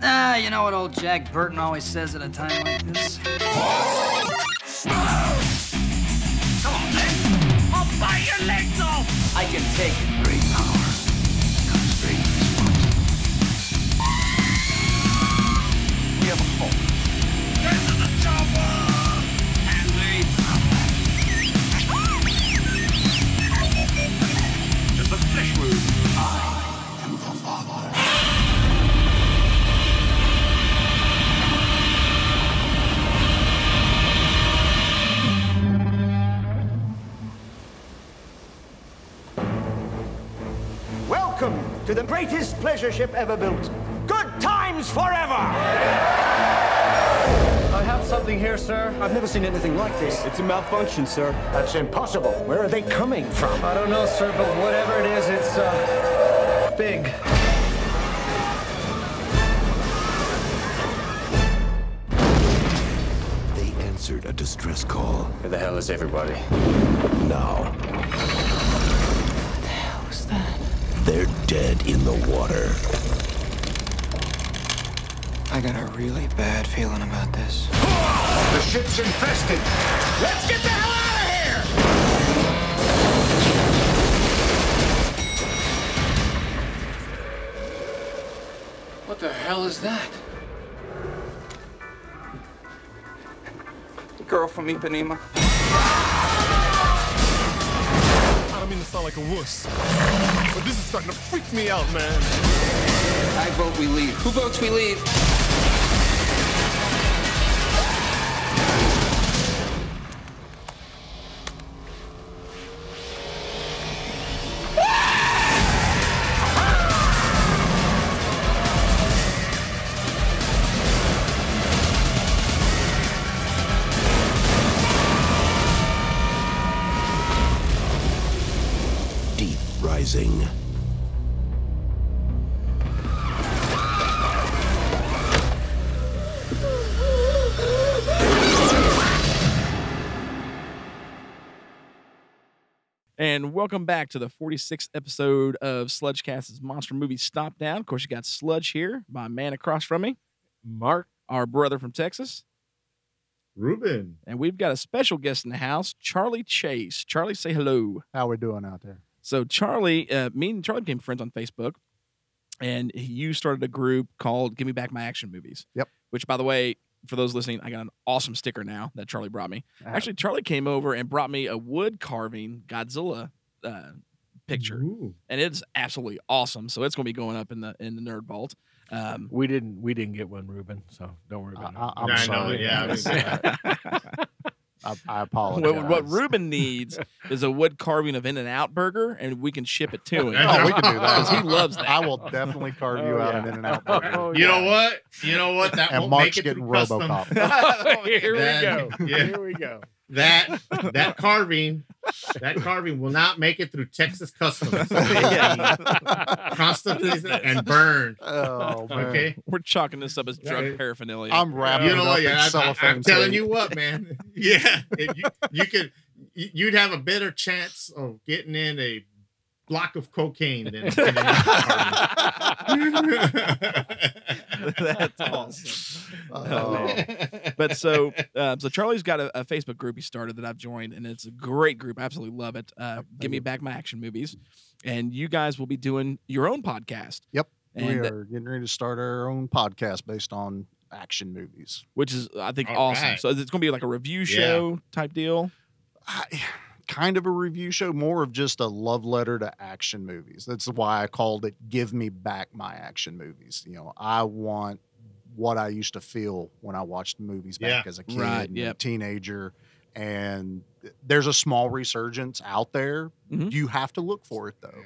Ah, you know what old Jack Burton always says at a time like this? Come on, then. I'll bite your legs off. I can take it. Great power comes great responsibility. We have a hope. This is a job well. and we have it. Just a flesh wound. I am the father. Welcome to the greatest pleasure ship ever built. Good times forever! I have something here, sir. I've never seen anything like this. It's a malfunction, sir. That's impossible. Where are they coming from? I don't know, sir, but whatever it is, it's uh big. They answered a distress call. Where the hell is everybody? Now. They're dead in the water. I got a really bad feeling about this. The ship's infested. Let's get the hell out of here! What the hell is that? Girl from Ipanema. I don't mean to sound like a wuss, but this is starting to freak me out, man. I vote we leave. Who votes we leave? Deep rising. And welcome back to the 46th episode of Sludgecast's Monster Movie Stop Down. Of course, you got Sludge here, my man across from me, Mark, our brother from Texas. Ruben. And we've got a special guest in the house, Charlie Chase. Charlie, say hello. How we doing out there? So, Charlie, uh, me and Charlie became friends on Facebook, and you started a group called Give Me Back My Action Movies. Yep. Which, by the way, for those listening, I got an awesome sticker now that Charlie brought me. Uh-huh. Actually, Charlie came over and brought me a wood carving Godzilla uh, picture, Ooh. and it's absolutely awesome. So it's going to be going up in the in the nerd vault. Um, We didn't we didn't get one, Ruben, so don't worry I, Uh, about I, it. I'm I know, sorry. yeah, I was- I, I apologize. what, what Ruben needs is a wood carving of In and Out Burger, and we can ship it to him. Oh, we can do that. Oh, 'Cause he loves that. I will definitely carve you out an in and out burger. Oh, You yeah. know what? You know what? That and won't Mark's make it getting through custom. RoboCop. Here Then- we go. yeah. Here we go. That that carving, that carving will not make it through Texas customs. Constantly and burned. Oh man. Okay. We're chalking this up as drug Yeah. paraphernalia. I'm wrapping you know it what? up Yeah, in I, I, cellophane I'm telling tape. you what, man. Yeah, if you, you could, you- you'd have a better chance of getting in a block of cocaine than. than That's awesome. Oh. But so, uh, so Charlie's got a, a Facebook group he started that I've joined, and it's a great group. I absolutely love it. Uh, Give me back my action movies, and you guys will be doing your own podcast. Yep, we and are getting ready to start our own podcast based on action movies. which is I think All awesome. right. So it's going to be like a review Yeah. show type deal. I- kind of a review show, more of just a love letter to action movies. That's why I called it Give Me Back My Action Movies. You know, I want what I used to feel when I watched movies back as a kid Right, and a yep. teenager. And there's a small resurgence out there. Mhm. You have to look for it though.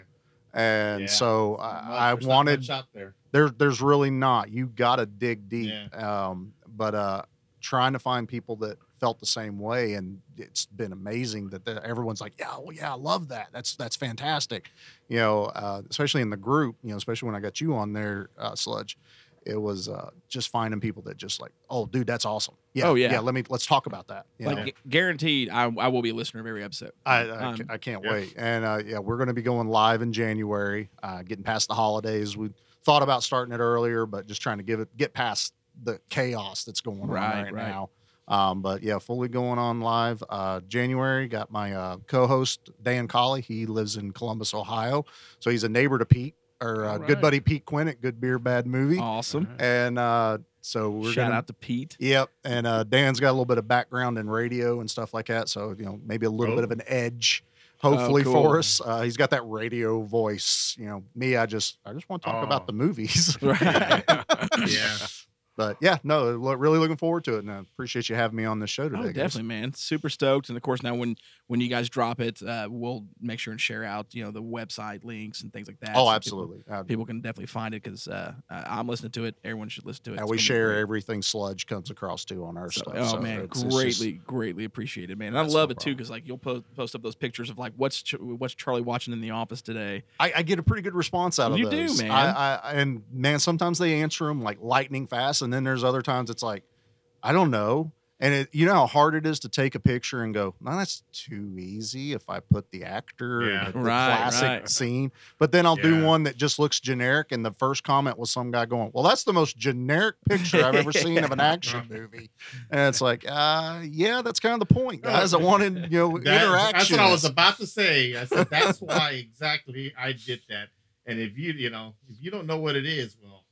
And Yeah. so uh, I, I There's not wanted much out there. there, there's really not. You got to dig deep. Yeah. Um, but uh, trying to find people that felt the same way, and it's been amazing that the- everyone's like, "Yeah, well, yeah, I love that. That's that's fantastic." You know, uh, especially in the group. You know, especially when I got you on there, uh, Sludge. It was uh, just finding people that just like, "Oh, dude, that's awesome." Yeah, Oh, yeah. yeah. Let me let's talk about that. You Like know? gu- guaranteed, I, I will be a listener of every episode. I, I, Um, ca- I can't yeah. wait. And uh, yeah, we're going to be going live in January, uh, getting past the holidays. We thought about starting it earlier, but just trying to give it get past the chaos that's going on right, right, right. now. Um, but yeah, fully going on live uh, January. Got my uh, co-host Dan Colley. He lives in Columbus, Ohio, so he's a neighbor to Pete or uh, right. good buddy Pete Quinn at Good Beer Bad Movie. Awesome. And uh, so we're shout gonna, out to Pete. Yep. And uh, Dan's got a little bit of background in radio and stuff like that, so you know maybe a little oh. bit of an edge. Hopefully oh, cool. for us, he's got that radio voice. You know, me, I just I just want to talk oh. about the movies. right. yeah. But yeah, no, really looking forward to it, and I appreciate you having me on the show today. Oh, definitely, man, super stoked. And of course, now when when you guys drop it, uh, we'll make sure and share out you know the website links and things like that. Oh, so absolutely. People, people, can definitely find it because uh, I'm listening to it. Everyone should listen to it. And we share everything Sludge comes across to on our so, stuff. Oh so man, it's, greatly, it's just, greatly appreciated, man. And I love no it problem. too because like you'll post, post up those pictures of like what's Ch- what's Charlie watching in the office today. I, I get a pretty good response out you of those. You do, man. I, I, and man, sometimes they answer them like lightning fast, and then there's other times it's like, I don't know. And it, you know how hard it is to take a picture and go, no, that's too easy if I put the actor yeah. the, right, classic right. scene. But then I'll yeah. do one that just looks generic. And the first comment was some guy going, well, that's the most generic picture I've ever seen of an action movie. And it's like, uh, yeah, that's kind of the point, guys. I wanted, you know, that, interaction. That's what I was about to say. I said, that's why exactly I did that. And if you, you know, if you don't know what it is, well,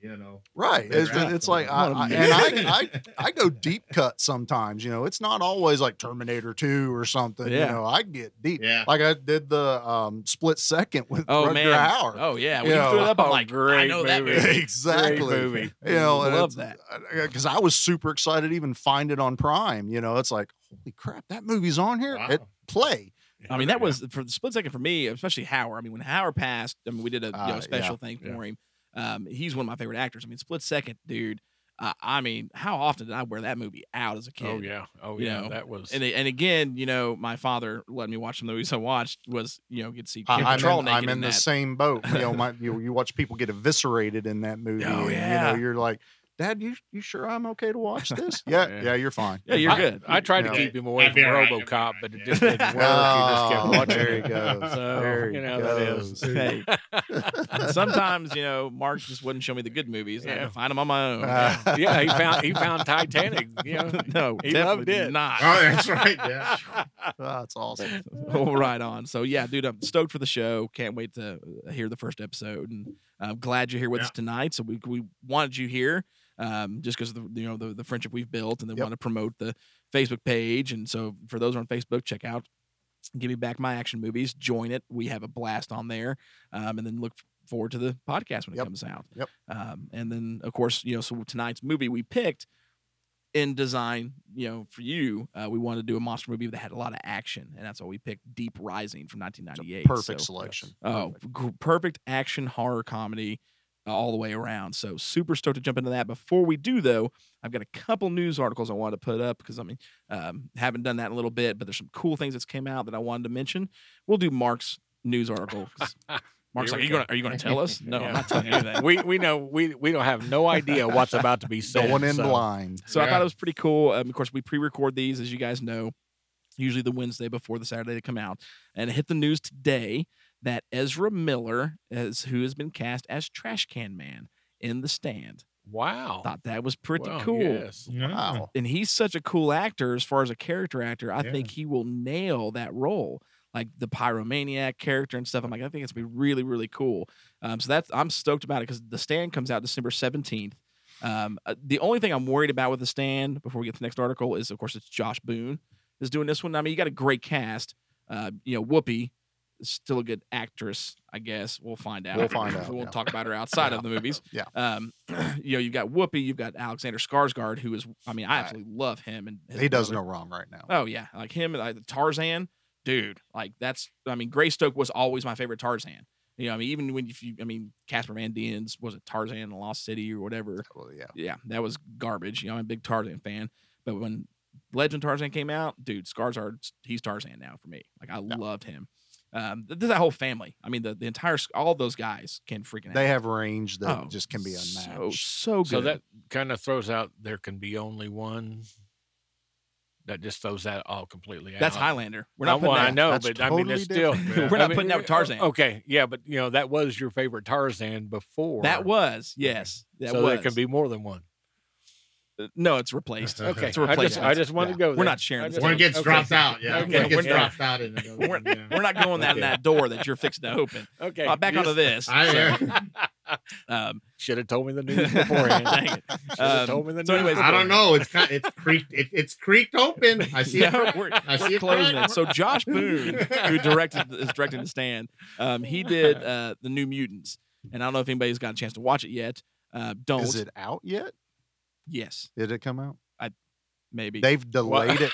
you know. Right. It's, it's like I, I, and I, I I go deep cut sometimes. You know, it's not always like Terminator Two or something. Yeah. You know, I get deep. Yeah. Like I did the um, split second with oh Rutger man Hauer. Oh yeah. We threw it up. I'm like, great movie. Exactly. Great movie. You know, love that because I was super excited to even find it on Prime. You know, it's like holy crap, that movie's on here wow. at play. I mean, that was for the split second for me, especially Howard. I mean, when Howard passed, I mean, we did a uh, you know, special yeah, thing for yeah. him. Um, he's one of my favorite actors. I mean, split second, dude. Uh, I mean, how often did I wear that movie out as a kid? Oh yeah, oh yeah, you know? that was. And and again, you know, my father let me watch some movies I watched was you know get to see Kim I'm Control in, naked. I'm in, in the same boat. You know, my you, you watch people get eviscerated in that movie. Oh and, yeah, you know, you're like. Dad, you you sure I'm okay to watch this? yeah, yeah, yeah, you're fine. Yeah, you're good. I, I tried yeah. to keep him away from right, RoboCop, right, but it just didn't work. oh, he just kept watching. Ah, There he goes. So there you know goes. that is. Hey, sometimes you know Mark just wouldn't show me the good movies. Yeah. I had to find them on my own. Uh, yeah, he found he found Titanic. You know, no, he loved it. Not. Oh, that's right. Yeah, oh, that's awesome. Oh, right on. So yeah, dude, I'm stoked for the show. Can't wait to uh, hear the first episode, and I'm glad you're here with yeah. us tonight. So we we wanted you here um, just because the you know the, the friendship we've built and they yep. want to promote the Facebook page. And so for those on Facebook, check out Give Me Back My Action Movies. Join it. We have a blast on there, um, and then look forward to the podcast when it yep. comes out. Yep. Um, and then of course you know so tonight's movie we picked in design you know for you uh, we wanted to do a monster movie that had a lot of action and that's why we picked deep rising from 1998 perfect so, selection oh perfect. perfect action horror comedy uh, all the way around. So super stoked to jump into that. Before we do though, I've got a couple news articles I wanted to put up because I mean um, haven't done that in a little bit, but there's some cool things that's came out that I wanted to mention. We'll do Mark's news article. Mark's like, are you go. gonna are you gonna tell us? No, yeah. I'm not telling you that. we we know we we don't have no idea what's about to be said. Going in so. blind. So yeah. I thought it was pretty cool. Um, of course, we pre-record these as you guys know, usually the Wednesday before the Saturday they come out, and it hit the news today that Ezra Miller is who has been cast as Trash Can Man in The Stand. Wow. Thought that was pretty well, cool. Yes. Wow. And he's such a cool actor as far as a character actor. I yeah. think he will nail that role. Like the pyromaniac character and stuff. I'm like, I think it's gonna be really, really cool. Um, so that's I'm stoked about it because the stand comes out December 17th. Um, uh, the only thing I'm worried about with the stand before we get to the next article is of course it's Josh Boone is doing this one. I mean, you got a great cast. Uh, you know, Whoopi still a good actress, I guess. We'll find out. We'll find out. We'll yeah. talk about her outside yeah. of the movies. Yeah. Um, you know, you've got Whoopi, you've got Alexander Skarsgård, who is, I mean, I absolutely love him. And he does brother. no wrong right now. Oh yeah, like him, like Tarzan, dude. Like that's, I mean, Greystoke was always my favorite Tarzan. You know, I mean, even when if you, I mean, Casper Van Dien's was it Tarzan and the Lost City or whatever. Well, yeah. Yeah, that was garbage. You know, I'm a big Tarzan fan, but when Legend Tarzan came out, dude, Skarsgård, he's Tarzan now for me. Like I no. loved him. Um, there's that whole family. I mean, the, the entire all those guys can freaking. They out. have range that oh, just can be unmatched. So so good. So that kind of throws out there can be only one. that just throws that all completely out. That's Highlander. We're not. Well, I that- know, that's but I mean, totally it's still. different. We're not I mean, putting that with Tarzan. Okay, yeah, but you know that was your favorite Tarzan before. That was yes. That so was. there could be more than one. Uh, No, it's replaced. Okay, it's I just- replaced. I just wanted to go We're there. not sharing. I this just- One gets Okay. dropped out, yeah. Okay, One gets we're not- dropped out in another We're, one, yeah. we're not going down that door that you're fixing to open. Okay. Uh, back onto Yes. this. I So, am. um, Should have told me the news beforehand. Dang it. Um, Should have told me the news I don't know. It's kind it's creaked. It, it's creaked open. I see. Yeah, it. we're, I we're see it closing crack. it. So Josh Boone, who directed is directing the stand, um, he did uh, the New Mutants, and I don't know if anybody's got a chance to watch it yet. Uh, don't. Is it out yet? Yes, Did it come out? I maybe They've Well- delayed it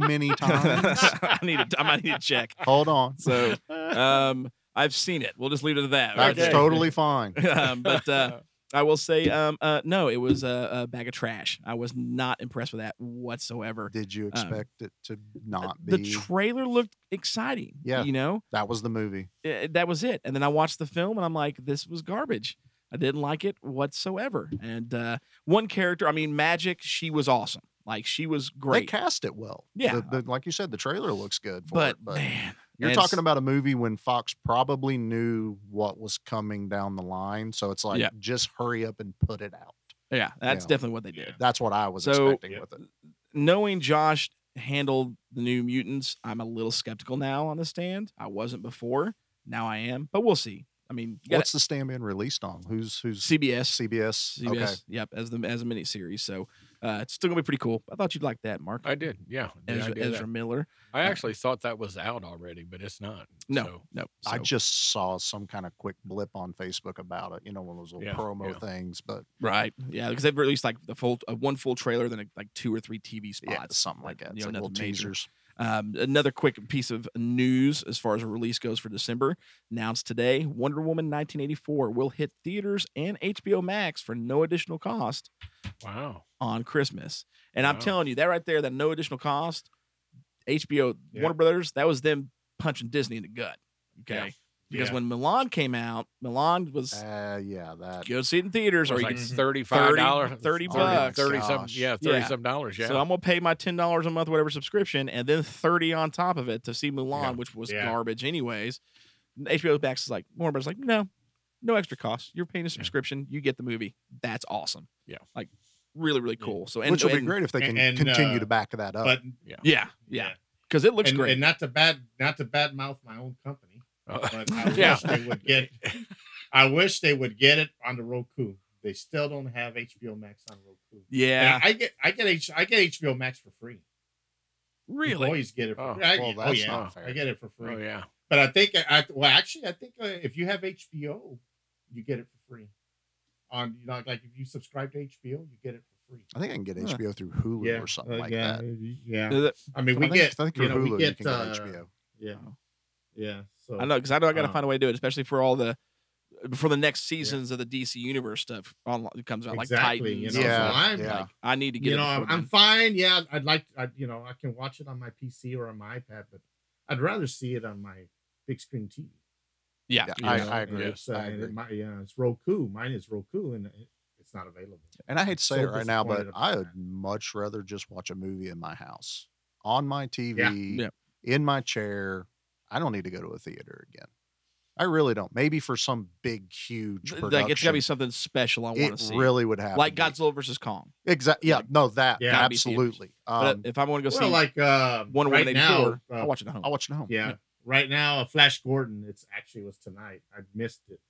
many times. I need to. I might need to check. Hold on. So, um, I've seen it. We'll just leave it at that. That's Okay. totally fine. um, but uh, I will say, um, uh, no, it was a, a bag of trash. I was not impressed with that whatsoever. Did you Um, expect it to not the be? trailer looked exciting. Yeah. you know that was the movie. Uh, that was it. And then I watched the film, and I'm like, this was garbage. I didn't like it whatsoever. And uh, one character, I mean, Magic, she was awesome. Like she was great. They cast it well. Yeah. The- the- like you said, the trailer looks good for but, it. But man, you're it's- talking about a movie when Fox probably knew what was coming down the line. So it's like, Yeah. just hurry up and put it out. Yeah, that's Yeah. definitely what they did. That's what I was So- expecting with it. knowing Josh handled the new mutants, I'm a little skeptical now on the stand. I wasn't before. Now I am, but we'll see. I mean, you got What's the stand being released on? Who's who's CBS, CBS? CBS, Okay. yep, as the as a mini series. So uh, it's still gonna be pretty cool. I thought you'd like that, Mark. I did. Yeah. the Ezra, idea of Ezra that. Miller. I actually thought that was out already, but it's not. No, So, no. I so- just saw some kind of quick blip on Facebook about it, you know, one of those little Yeah, promo yeah. things, but right, yeah, because they've released like the full uh, one full trailer, then like, like two or three TV spots, yeah, something like you that. It's know, like little nothing major. teasers. Um, another quick piece of news as far as a release goes for December announced today Wonder Woman 1984 will hit theaters and HBO Max for no additional cost Wow. on Christmas. And I'm Wow. telling you, that right there, that no additional cost, HBO, Yeah. Warner Brothers, that was them punching Disney in the gut. Okay. Yeah. Because Yeah. when Milan came out, Milan was Uh, yeah, that. go see it in theaters It or was you like can thirty-five dollars, 30 bucks. thirty some, Gosh. yeah, Yeah. thirty some dollars. Yeah. So I'm gonna pay my ten dollars a month, whatever subscription, and then thirty on top of it to see Mulan, Yeah. which was Yeah. garbage anyways. And HBO Max is like Warner Brothers is like no, no extra cost. You're paying a subscription, you get the movie. That's awesome. Yeah. like really really cool. So and, which would be and- great if they and- can and, continue uh, to back that up. But Yeah, yeah, because it looks and, great. Oh. and not to bad not to badmouth my own company, Uh, but I Yeah. wish they would get. I wish they would get it on the Roku. They still don't have HBO Max on Roku. yeah, And I get I get H, I get HBO Max for free. really. Always get it for Oh, free. I, well, oh that's yeah, not fair. I get it for free. oh yeah. But I think I well actually I think uh, if you have HBO, you get it for free. On you know like if you subscribe to HBO, you get it for free. I think I can get Huh. HBO through Hulu yeah, or something uh, like yeah, that. Yeah, Uh, I mean I we think, get I think you through know Hulu we get, you can uh, get HBO. yeah, yeah. So I know because I know I got to uh, find a way to do it, especially for all the for the next seasons of the DC Universe stuff on comes out like exactly, Titans. you know, Yeah, so I'm yeah. Like, I need to get you it know I'm, before I'm then. fine. Yeah, I'd like I, you know I can watch it on my PC or on my iPad, but I'd rather see it on my big screen TV. yeah. Yeah, you I, know, I and agree. It's, uh, I and it agree. might- yeah, it's Roku. Mine is Roku, and it, it's not available. And I hate to say so it right now, but disappointed about I that. would much rather just watch a movie in my house, on my TV, Yeah. in my chair. I don't need to go to a theater again. I really don't. Maybe for some big, huge production. Like it's gotta be something special I want to it see. really would have like to be. Godzilla versus Kong. Exactly. Yeah. No, that. Yeah. Gotta be theaters. absolutely. But uh, Um, if I want to go well, see like uh, Wonder right Woman now, 84, uh, I'll watch it at home. I'll watch it at home. Yeah. Right now, uh, Flash Gordon, it's actually was tonight. I missed it.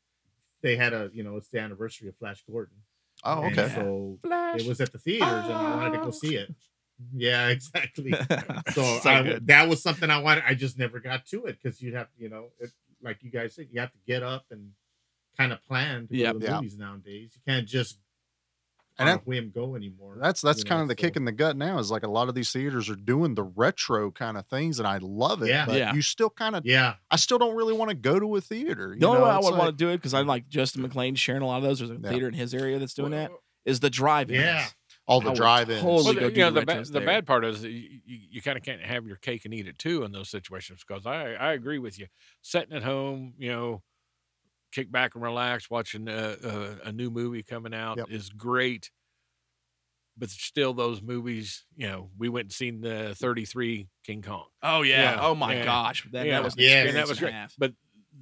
They had a, you know, it's the anniversary of Flash Gordon. Oh, And okay. So it was at the theaters and I wanted to go see it. Yeah, exactly. So, So I, good. that was something I wanted. I just never got to it because you'd have, you know, it, like you guys said, you have to get up and kind of plan to go Yep. to the Yeah. movies nowadays. You can't just And on a that- whim go anymore. That's that's you know, kind of the kick so- in the gut now is like a lot of these theaters are doing the retro kind of things and I love it. Yeah. But Yeah. you still kind of Yeah. I still don't really want to go to a theater. You the only know, way I it's would like- want to do it because I'm like Justin McLean sharing a lot of those. There's a Yeah. theater in his area that's doing Well, that. Is the drive-ins? Yeah. all I the would drive ins. totally- Well, go the, do you know, the the, ba- retros the there. bad part is that you, you, you kind of can't have your cake and eat it too in those situations because I, I agree with you. Sitting at home, you know, kick uh, back and relax, watching a, a, a new movie coming out Yep. is great. but still those movies, you know, we went and seen the 33 King Kong. Oh yeah. Oh my gosh. That, that was an yeah, and that experience was and a great. half. But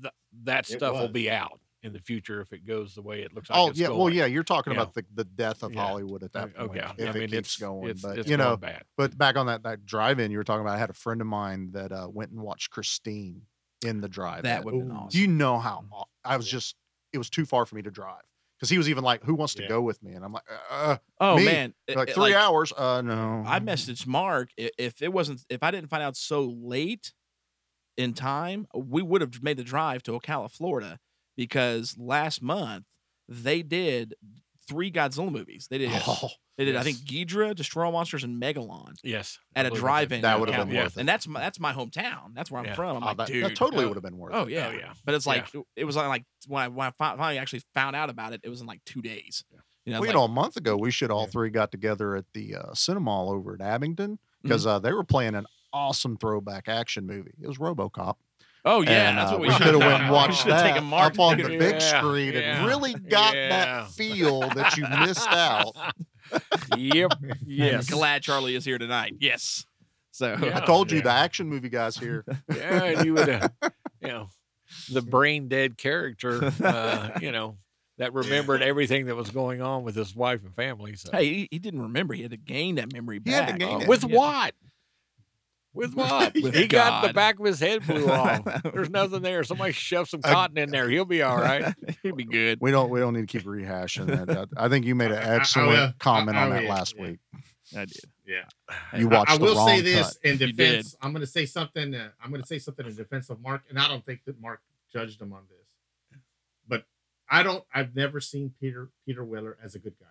th- that It stuff will was. be out in the future if it goes the way it looks like. Oh it's yeah, well going. yeah, you're talking You know, about the, the death of Yeah. Hollywood at that Oh, point. yeah. if I mean, it it's- keeps going, it's- but it's you gone know, bad. but back on that that drive-in you were talking about, I had a friend of mine that uh, went and watched Christine in the drive. That would've been awesome. Do you know how Mm-hmm. aw- I was just? It was too far for me to drive because he was even like, "Who wants to Yeah. go with me?" And I'm like, uh, Oh me." man, They're It- like it- three hours. Uh, no. I Mm. messaged Mark i- if it wasn't if I didn't find out so late in time, we would have made the drive to Ocala, Florida, because last month they did three Godzilla movies. Oh, They did Oh, they did I think Ghidra, Destroy All Monsters, and Megalon. Yes, I at a believe it. drive-in. That in would've Ocala. been worth it. And that's my that's my hometown. That's where I'm Yeah. from. I'm Oh, like, that- that dude, totally would've been worth oh, it. Yeah. Oh, yeah. But it's Yeah. like it- it was like when I, when I fi- finally actually found out about it, it was in like two days. You know, well, you like- know, a month ago, we should all three got together at the uh, Cinemall over at Abingdon Mm-hmm. because uh, they were playing an awesome throwback action movie. It was RoboCop. Oh yeah, And, that's uh, what we, we should've should have done. went and watched we should've that taken Mark up on to the do big it. screen and really got Yeah. that feel that you missed out. yep. Yes. I'm glad Charlie is here tonight. Yes. So I told you the action movie guys here. Oh, yeah, and you would, uh, you know, the brain dead character, uh, you know, that remembered everything that was going on with his wife and family. So. Hey, he, he didn't remember. He had to gain that memory He back. Oh, had to gain it. With what? With what? With he got the God. back of his head blew off. There's nothing there. Somebody shove some cotton in there. He'll be all right. He'll be good. We don't. We don't need to keep rehashing that. that. I think you made an Oh, will. excellent I- comment I on that will, last week. I did. Yeah. You I- watched. I, the will say wrong this cut. in defense. I'm going to say something. Uh, I'm going to say something in defense of Mark, and I don't think that Mark judged him on this. But I don't. I've never seen Peter Peter Weller as a good guy.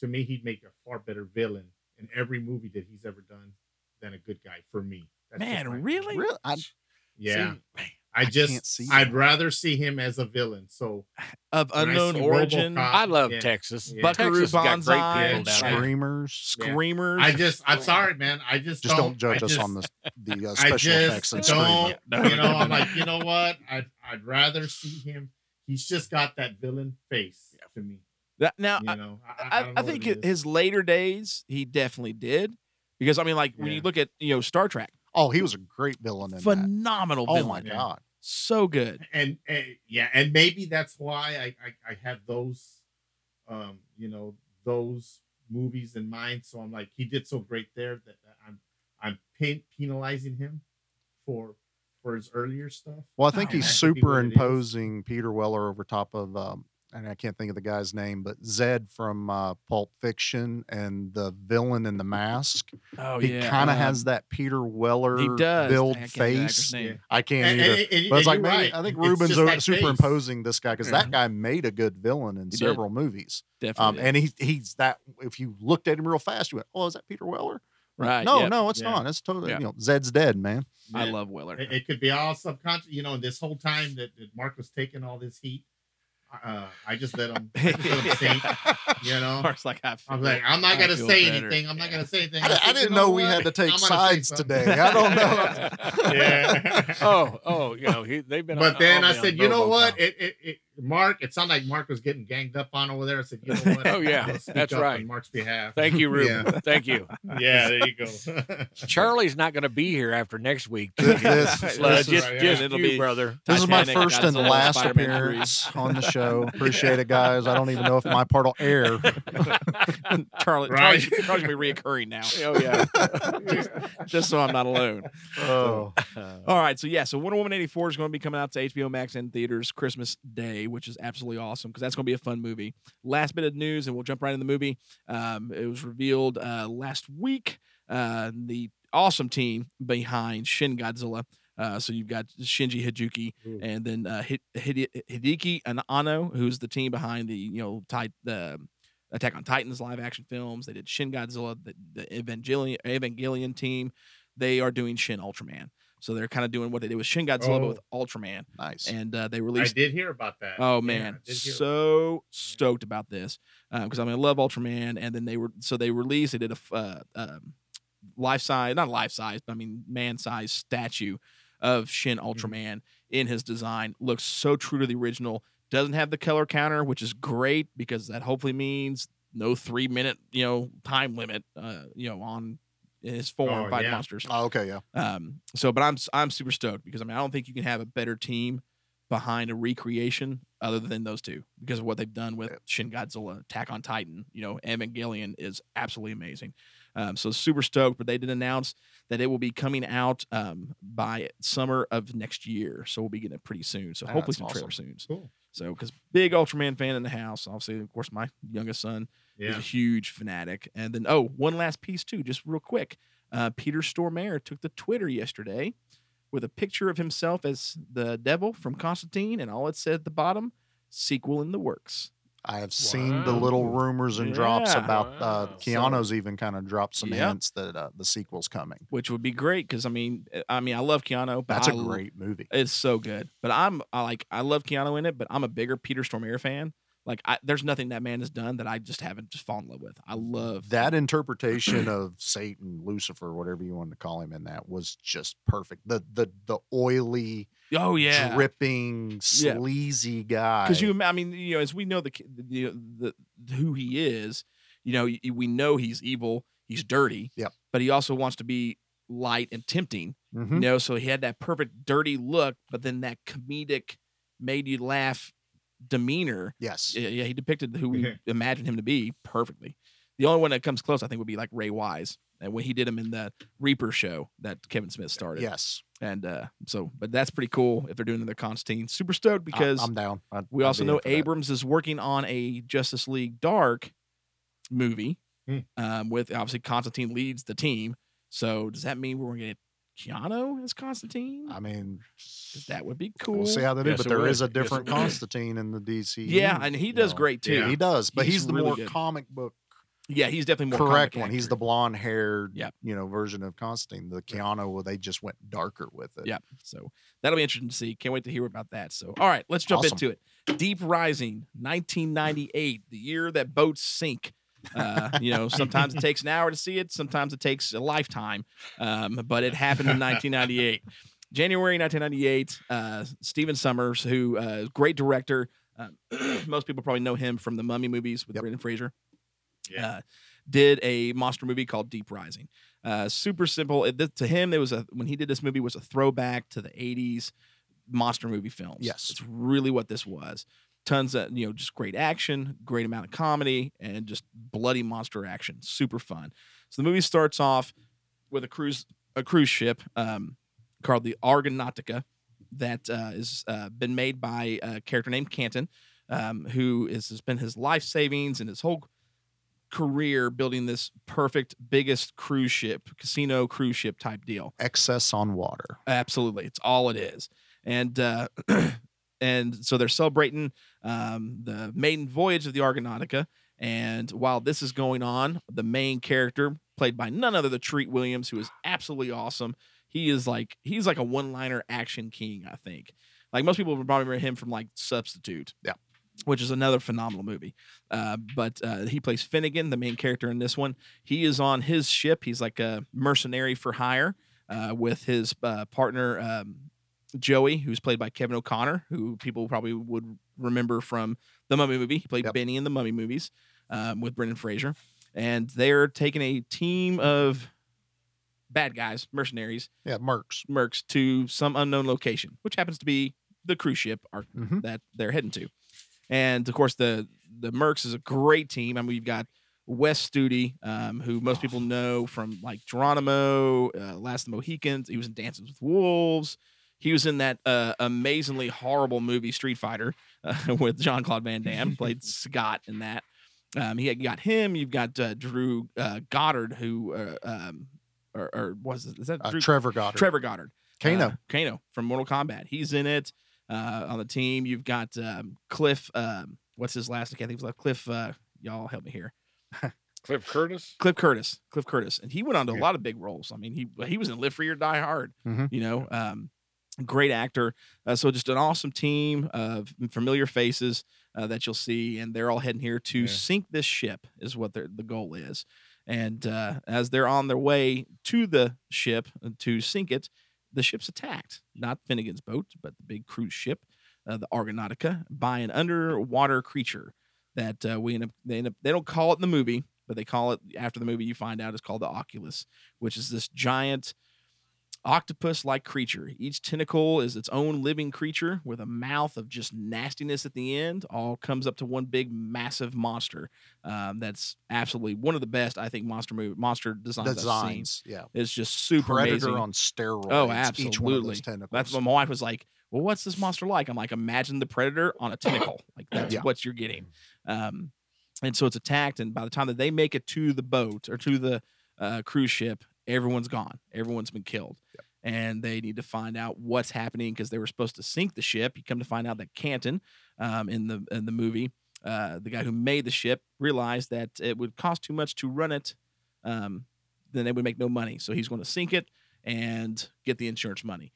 To me, he'd make a far better villain in every movie that he's ever done than a good guy. For me, That's just my Man, opinion. really? Really? I, Yeah. See, I can't just, see I'd rather see him as a villain. So Of when I unknown see origin. RoboCop- I love yeah, Texas. yeah. Buckaroo Texas has got great Banzai. people down there. Screamers. Yeah. Screamers. I just, I'm sorry, man. I just Just don't, Oh, I judge us just- on the the uh, I special just effects and don't, screen. You know, I'm like, you know what? I'd, I'd rather see him. He's just got that villain face to me. That, Uh, now, You I- know, I- I- I I, I, don't know what think it his later days, he definitely did. Because, I mean, like, when you look at, you know, Star Trek, Oh, he was a great villain in that. phenomenal Oh villain. my god. So good. And, and yeah, and maybe that's why I, I, I have those, um, you know, those movies in mind. So I'm like, he did so great there that I'm, I'm pen- penalizing him for, for his earlier stuff. Well, I think And he's that could be what it is. superimposing Peter Weller over top of, um, and I can't think of the guy's name, but Zed from uh, Pulp Fiction and the villain in the mask. Oh, he yeah, uh, kind of um, has that Peter Weller he does. build I can't think of the actor's face. name. I can't And- either. and- and- but and it's like you're maybe, right. I think It's Ruben's just over, that face. superimposing this guy because that Yeah. guy made a good villain in did. several movies. Definitely Um, did. and he he's that. If you looked at him real fast, you went, "Oh, is that Peter Weller?" Right, No, yep. no, it's Yeah. not. It's totally. Yeah. You know, Zed's dead, man. I Yeah. love Weller. It, it could be all subconscious, you know. And this whole time that, that Mark was taking all this heat, uh, I just let him, I just let him sink, you know. Mark's like, "Ah, I I'm feel- like, I'm not I gonna feel say better. anything. I'm not gonna say anything. I, di- said, I "You didn't know, we what? had to take I'm gonna say sides something." today. I don't know. yeah. Oh, oh, you know, he, they've been. But on- then on I me on said, you know RoboCop. what? It, it, it, Mark, it sounded like Mark was getting ganged up on over there. I said, you know what? Oh yeah, I'll speak that's up right. On Mark's behalf. Thank you, Ruben. Yeah. Thank you. Yeah, there you go. Charlie's not going to be here after next week. This- Sludge, this- just, this- just you, brother. This is my Titanic, first and Godzilla, last Spider-Man appearance on the show. Appreciate it, guys. I don't even know if my part will air. Charlie, Right. Charlie's, Charlie's gonna be reoccurring now. Oh yeah. just, just so I'm not alone. Oh. All right, so yeah, so Wonder Woman '84 is going to be coming out to HBO Max and theaters Christmas Day, which is absolutely awesome because that's going to be a fun movie. Last bit of news, and we'll jump right in the movie. Um, it was revealed uh, last week uh, the awesome team behind Shin Godzilla. Uh, so you've got Shinji Hideki and then uh, Hid- Hide- Hideki An- Anno, who's the team behind the you know Ti- the Attack on Titans live action films. They did Shin Godzilla, the, the Evangelion, Evangelion team. They are doing Shin Ultraman. So they're kind of doing what they did with Shin Godzilla, but with Ultraman. Nice. And uh, they I released. did hear about that. Yeah, Oh I man, did hear about so stoked about this uh, because I mean I love Ultraman, and then they were so they released they did a f- uh, um life size, not life size, but I mean man size statue of Shin Mm-hmm. Ultraman in his design. Looks so true to the original. Doesn't have the color counter, which is great because that hopefully means no three minute you know time limit uh, you know on his form Oh, by yeah. monsters. Oh, okay, yeah. Um, so, but I'm I'm super stoked because I mean I don't think you can have a better team behind a recreation other than those two because of what they've done with Shin Godzilla, Attack on Titan. You know, Evangelion is absolutely amazing. Um, so super stoked. But they did announce that it will be coming out um, by summer of next year. So we'll be getting it pretty soon. So Oh, hopefully that's some trailer awesome. soon. Cool. So because big Ultraman fan in the house, obviously of course my youngest son is Yeah. a huge fanatic. And then oh, one last piece too, just real quick. Uh, Peter Stormare took the Twitter yesterday with a picture of himself as the devil from Constantine, and all it said at the bottom: sequel in the works. I have seen the little rumors and drops Yeah. about uh, Wow. Keanu's even kind of dropped some Yeah. hints that uh, the sequel's coming. which would be great because I mean, uh, I mean, I love Keanu. But That's a I l- great movie. It's so good. But I'm I like I love Keanu in it, but I'm a bigger Peter Stormare fan. Like, I, there's nothing that man has done that I just haven't just fallen in love with. I love That interpretation of Satan, Lucifer, whatever you want to call him in that was just perfect. The the the oily, Oh, yeah. dripping, Yeah. sleazy guy. because you. ima- I mean, you know, as we know the ki- the, the, the who he is, you know, y- we know he's evil. He's dirty. Yep. But he also wants to be light and tempting. You Mhm. know, so he had that perfect dirty look, but then that comedic, made you laugh demeanor. Yes. Yeah, yeah, he depicted who we Mm-hmm. imagined him to be perfectly. The only one that comes close, I think, would be like Ray Wise, and when he did him in that Reaper show that Kevin Smith started. Yes. And uh, so, but that's pretty cool if they're doing another Constantine. Super stoked I- because I'm down. I'd- we I'd also be know in for that. Abrams is working on a Justice League Dark movie, Hmm. um, with obviously Constantine leads the team. So does that mean we're going to get Keanu as Constantine? I mean, that would be cool. Uh, We'll see how they do, Yes, but it there would. is a Yes, it different would. Constantine in the DC. Yeah, and he does great too. He does, but he's, the really more good. comic book Yeah, he's definitely more correct comic one. He's actor. the blonde haired, Yep. you know, version of Constantine. The Keanu, well, they just went darker with it. Yep. So that'll be interesting to see. Can't wait to hear about that. So, all right, let's jump Awesome. into it. Deep Rising, 1998, the year that boats sink. Uh, you know, sometimes it takes an hour to see it, sometimes it takes a lifetime, um, but it happened in 1998. January 1998, uh, Steven Summers, who uh, is a great director. Um, most people probably know him from the Mummy movies with Brendan Fraser uh, did a monster movie called Deep Rising. Uh, super simple. It, th- to him, it was a when he did this movie it was a throwback to the '80s monster movie films. Yes. it's really what this was. Tons of you know just great action, great amount of comedy, and just bloody monster action. Super fun. So the movie starts off with a cruise a cruise ship um, called the Argonautica that uh, is uh, been made by a character named Canton, um, who is, has been his life savings and his whole career building this perfect biggest cruise ship, casino cruise ship type deal. Excess on water. Absolutely, it's all it is, and uh, and so they're celebrating um, the maiden voyage of the Argonautica. And while this is going on, the main character, played by none other than Treat Williams, who is absolutely awesome. He is like he's like a one-liner action king. I think like most people would probably remember him from like Substitute. Yeah. Which is another phenomenal movie, uh, but uh, he plays Finnegan, the main character in this one. He is on his ship. He's like a mercenary for hire uh, with his uh, partner um, Joey, who's played by Kevin O'Connor, who people probably would remember from the Mummy movie. He played Benny in the Mummy movies um, with Brendan Fraser, and they're taking a team of bad guys, mercenaries, yeah, mercs, mercs to some unknown location, which happens to be the cruise ship arc Mm-hmm. that they're heading to. And of course, the the mercs is a great team. I mean, we've got Wes Studi, um, who most people know from like Geronimo, uh, Last of the Mohicans. He was in Dances with Wolves. He was in that uh, amazingly horrible movie Street Fighter uh, with Jean Claude Van Damme. Played Scott in that. Um, he you got him. You've got uh, Drew uh, Goddard, who uh, um, or, or was it? Is that Uh, Drew- Trevor Goddard. Trevor Goddard. Kano. Uh, Kano from Mortal Kombat. He's in it uh, on the team. You've got um, Cliff. Um, what's his last? I can't think of his last. Cliff. Uh, y'all help me here. Cliff Curtis. Cliff Curtis. Cliff Curtis. And he went on to a lot of big roles. I mean, he he was in Live Free or Die Hard. Mhm. You know, um, great actor. Uh, so just an awesome team of familiar faces uh, that you'll see, and they're all heading here to sink this ship. Is what their the goal is. And uh, as they're on their way to the ship uh, to sink it, the ship's attacked. Not Finnegan's boat, but the big cruise ship, uh, the Argonautica, by an underwater creature that uh, we end up they end up they don't call it in the movie, but they call it after the movie. You find out it's called the Oculus, which is this giant octopus-like creature. Each tentacle is its own living creature with a mouth of just nastiness at the end. All comes up to one big massive monster. Um, that's absolutely one of the best I think monster movie monster designs. Designs, yeah, it's just super Predator amazing. on steroids. Oh, absolutely. That's what my wife was like. Well, what's this monster like? I'm like, imagine the predator on a tentacle. Like that's Yeah. what you're getting. Um, and so it's attacked, and by the time that they make it to the boat or to the uh, cruise ship, everyone's gone. Everyone's been killed. And they need to find out what's happening because they were supposed to sink the ship. You come to find out that Canton, um, in the in the movie, uh, the guy who made the ship realized that it would cost too much to run it. Um, then they would make no money. So he's going to sink it and get the insurance money.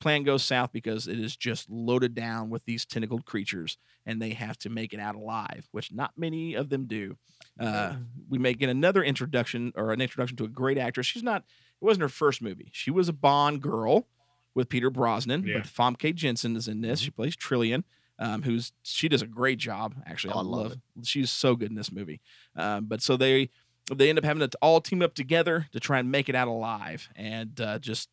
Plan goes south because it is just loaded down with these tentacled creatures, and they have to make it out alive, which not many of them do. Uh, we may get another introduction or an introduction to a great actress. She's not; it wasn't her first movie. She was a Bond girl with Peter Brosnan, Yeah. but Famke Jensen is in this. She plays Trillian, um, who's she does a great job. Actually, Oh, I, love. She's so good in this movie. Um, but so they they end up having to all team up together to try and make it out alive, and uh, just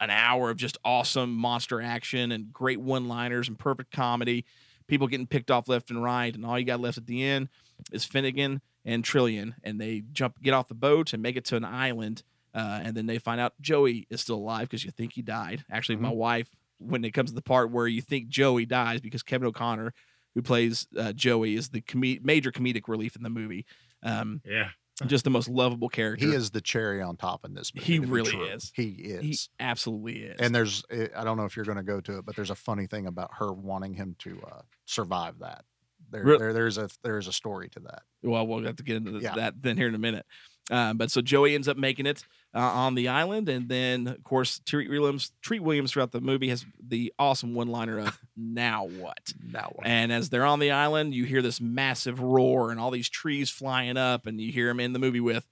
an hour of just awesome monster action and great one liners and perfect comedy. People getting picked off left and right, and all you got left at the end is Finnegan and Trillian, and they jump, get off the boat, and make it to an island. Uh, and then they find out Joey is still alive because you think he died. Actually, Mm-hmm. my wife, when it comes to the part where you think Joey dies, because Kevin O'Connor, who plays uh, Joey, is the com- major comedic relief in the movie. Um, yeah, just the most lovable character. Uh. He is the cherry on top in this movie. He to be really true. is. He is. He absolutely is. and there's, eh, I don't know if you're going to go to it, but there's a funny thing about her wanting him to uh, survive that. There, Re- there, there's a there's a story to that. Well, we'll have to get into th- Yeah. that then here in a minute. Um, but so Joey ends up making it uh, on the island, and then of course Treat Williams, Treat Williams throughout the movie has the awesome one-liner of "Now what?" Now what? And as they're on the island, you hear this massive roar and all these trees flying up, and you hear him in the movie with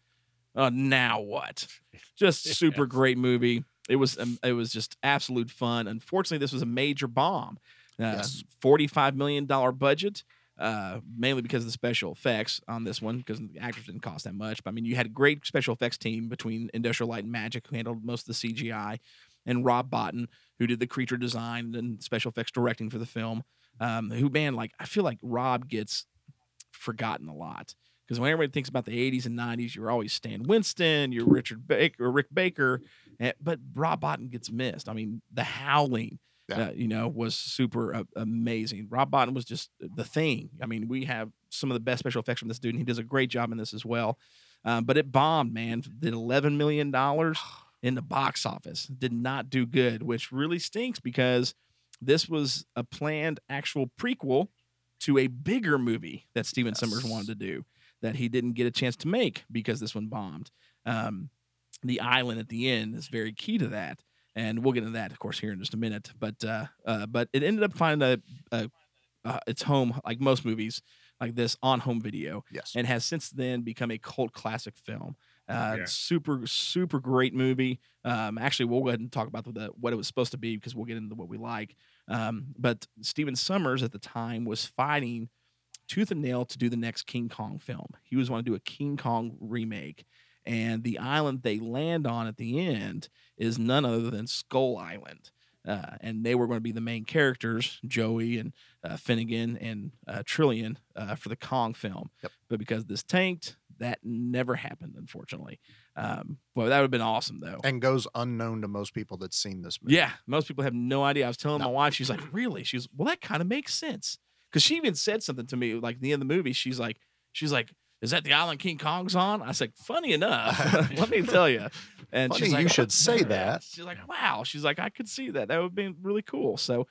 uh, now what? Just super great movie. It was um, it was just absolute fun. Unfortunately, this was a major bomb. Uh, Forty-five million dollar budget, uh, mainly because of the special effects on this one, because the actors didn't cost that much. But I mean, you had a great special effects team between Industrial Light and Magic, who handled most of the CGI, and Rob Botten, who did the creature design and special effects directing for the film. Um, who man, like I feel like Rob gets forgotten a lot because when everybody thinks about the 80s and 90s, you're always Stan Winston, you're Richard Baker, Rick Baker, eh, but Rob Bottin gets missed. I mean, The Howling, uh, you know, was super uh, amazing. Rob Bottin was just the thing. I mean, we have some of the best special effects from this dude, and he does a great job in this as well. Um, but it bombed, man. Did $11 million in the box office. Did not do good, which really stinks because this was a planned actual prequel to a bigger movie that Steven Summers wanted to do that he didn't get a chance to make because this one bombed. Um, the island at the end is very key to that, and we'll get into that, of course, here in just a minute. But uh, uh, but it ended up finding a, a uh, its home, like most movies like this, on home video. Yes. And has since then become a cult classic film. Uh, Yeah. Super, super great movie. Um, actually, we'll go ahead and talk about the, what it was supposed to be because we'll get into what we like. Um, but Steven Summers at the time was fighting tooth and nail to do the next King Kong film. He was wanting to do a King Kong remake. And the island they land on at the end is none other than Skull Island. Uh, and they were going to be the main characters, Joey and uh, Finnegan and uh, Trillian, uh, for the Kong film. But because this tanked, that never happened, unfortunately. Um, well, that would have been awesome, though. And goes unknown to most people that's seen this movie. Yeah, most people have no idea. I was telling my wife, she's like, "Really?" She's, "Well, that kind of makes sense." Because she even said something to me, like at the end of the movie, she's like, "She's like, is that the island King Kong's on?" I said, "Funny enough, let me tell you." And Funny she's like, you should say that. She's like, "Wow." She's like, "I could see that. That would be really cool." So,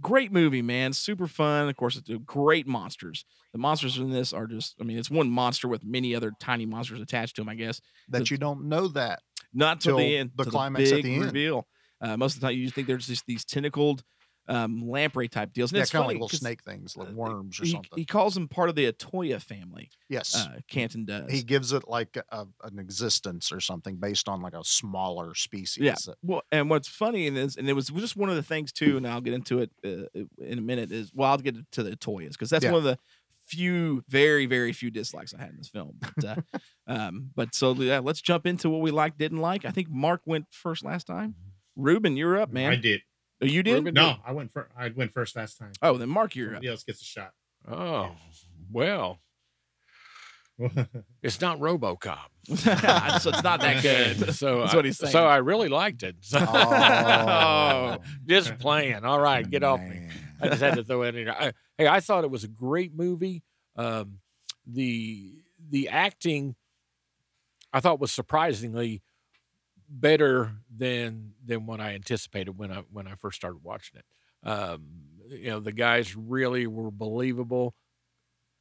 great movie, man. Super fun. Of course, it's uh, great monsters. The monsters in this are just—I mean, it's one monster with many other tiny monsters attached to him. I guess That you don't know that not till till the end, the till climax at big the end. reveal. Uh, most of the time, you just think there's just these tentacled um, lamprey type deals. And yeah, it's kind of funny like little 'cause uh, snake things, like worms or he, something. he calls them part of the Atoya family. Yes. uh, Canton does. He gives it like a, an existence or something based on like a smaller species. Yeah. that- Well, and what's funny and is, and it was just one of the things too, and I'll get into it uh, in a minute. Is well, I'll get to the Toyas because that's Yeah. one of the few, very, very few dislikes I had in this film. But, uh, um, but so yeah, let's jump into what we liked, didn't like. I think Mark went first last time. Ruben, you're up, man. Mm-hmm. I did. Oh, you did? Ruben no, did. I went first. I went first last time. Oh, then Mark, you're Somebody up. else gets a shot. Oh, well. it's not RoboCop. so it's not that good. So That's I, what he's saying. So I really liked it. So oh. just playing. All right, get Man. off me. Uh, I just had to throw it in there. I, hey, I thought it was a great movie. Um, the the acting I thought was surprisingly better than than what I anticipated when I when I first started watching it. Um, you know, the guys really were believable.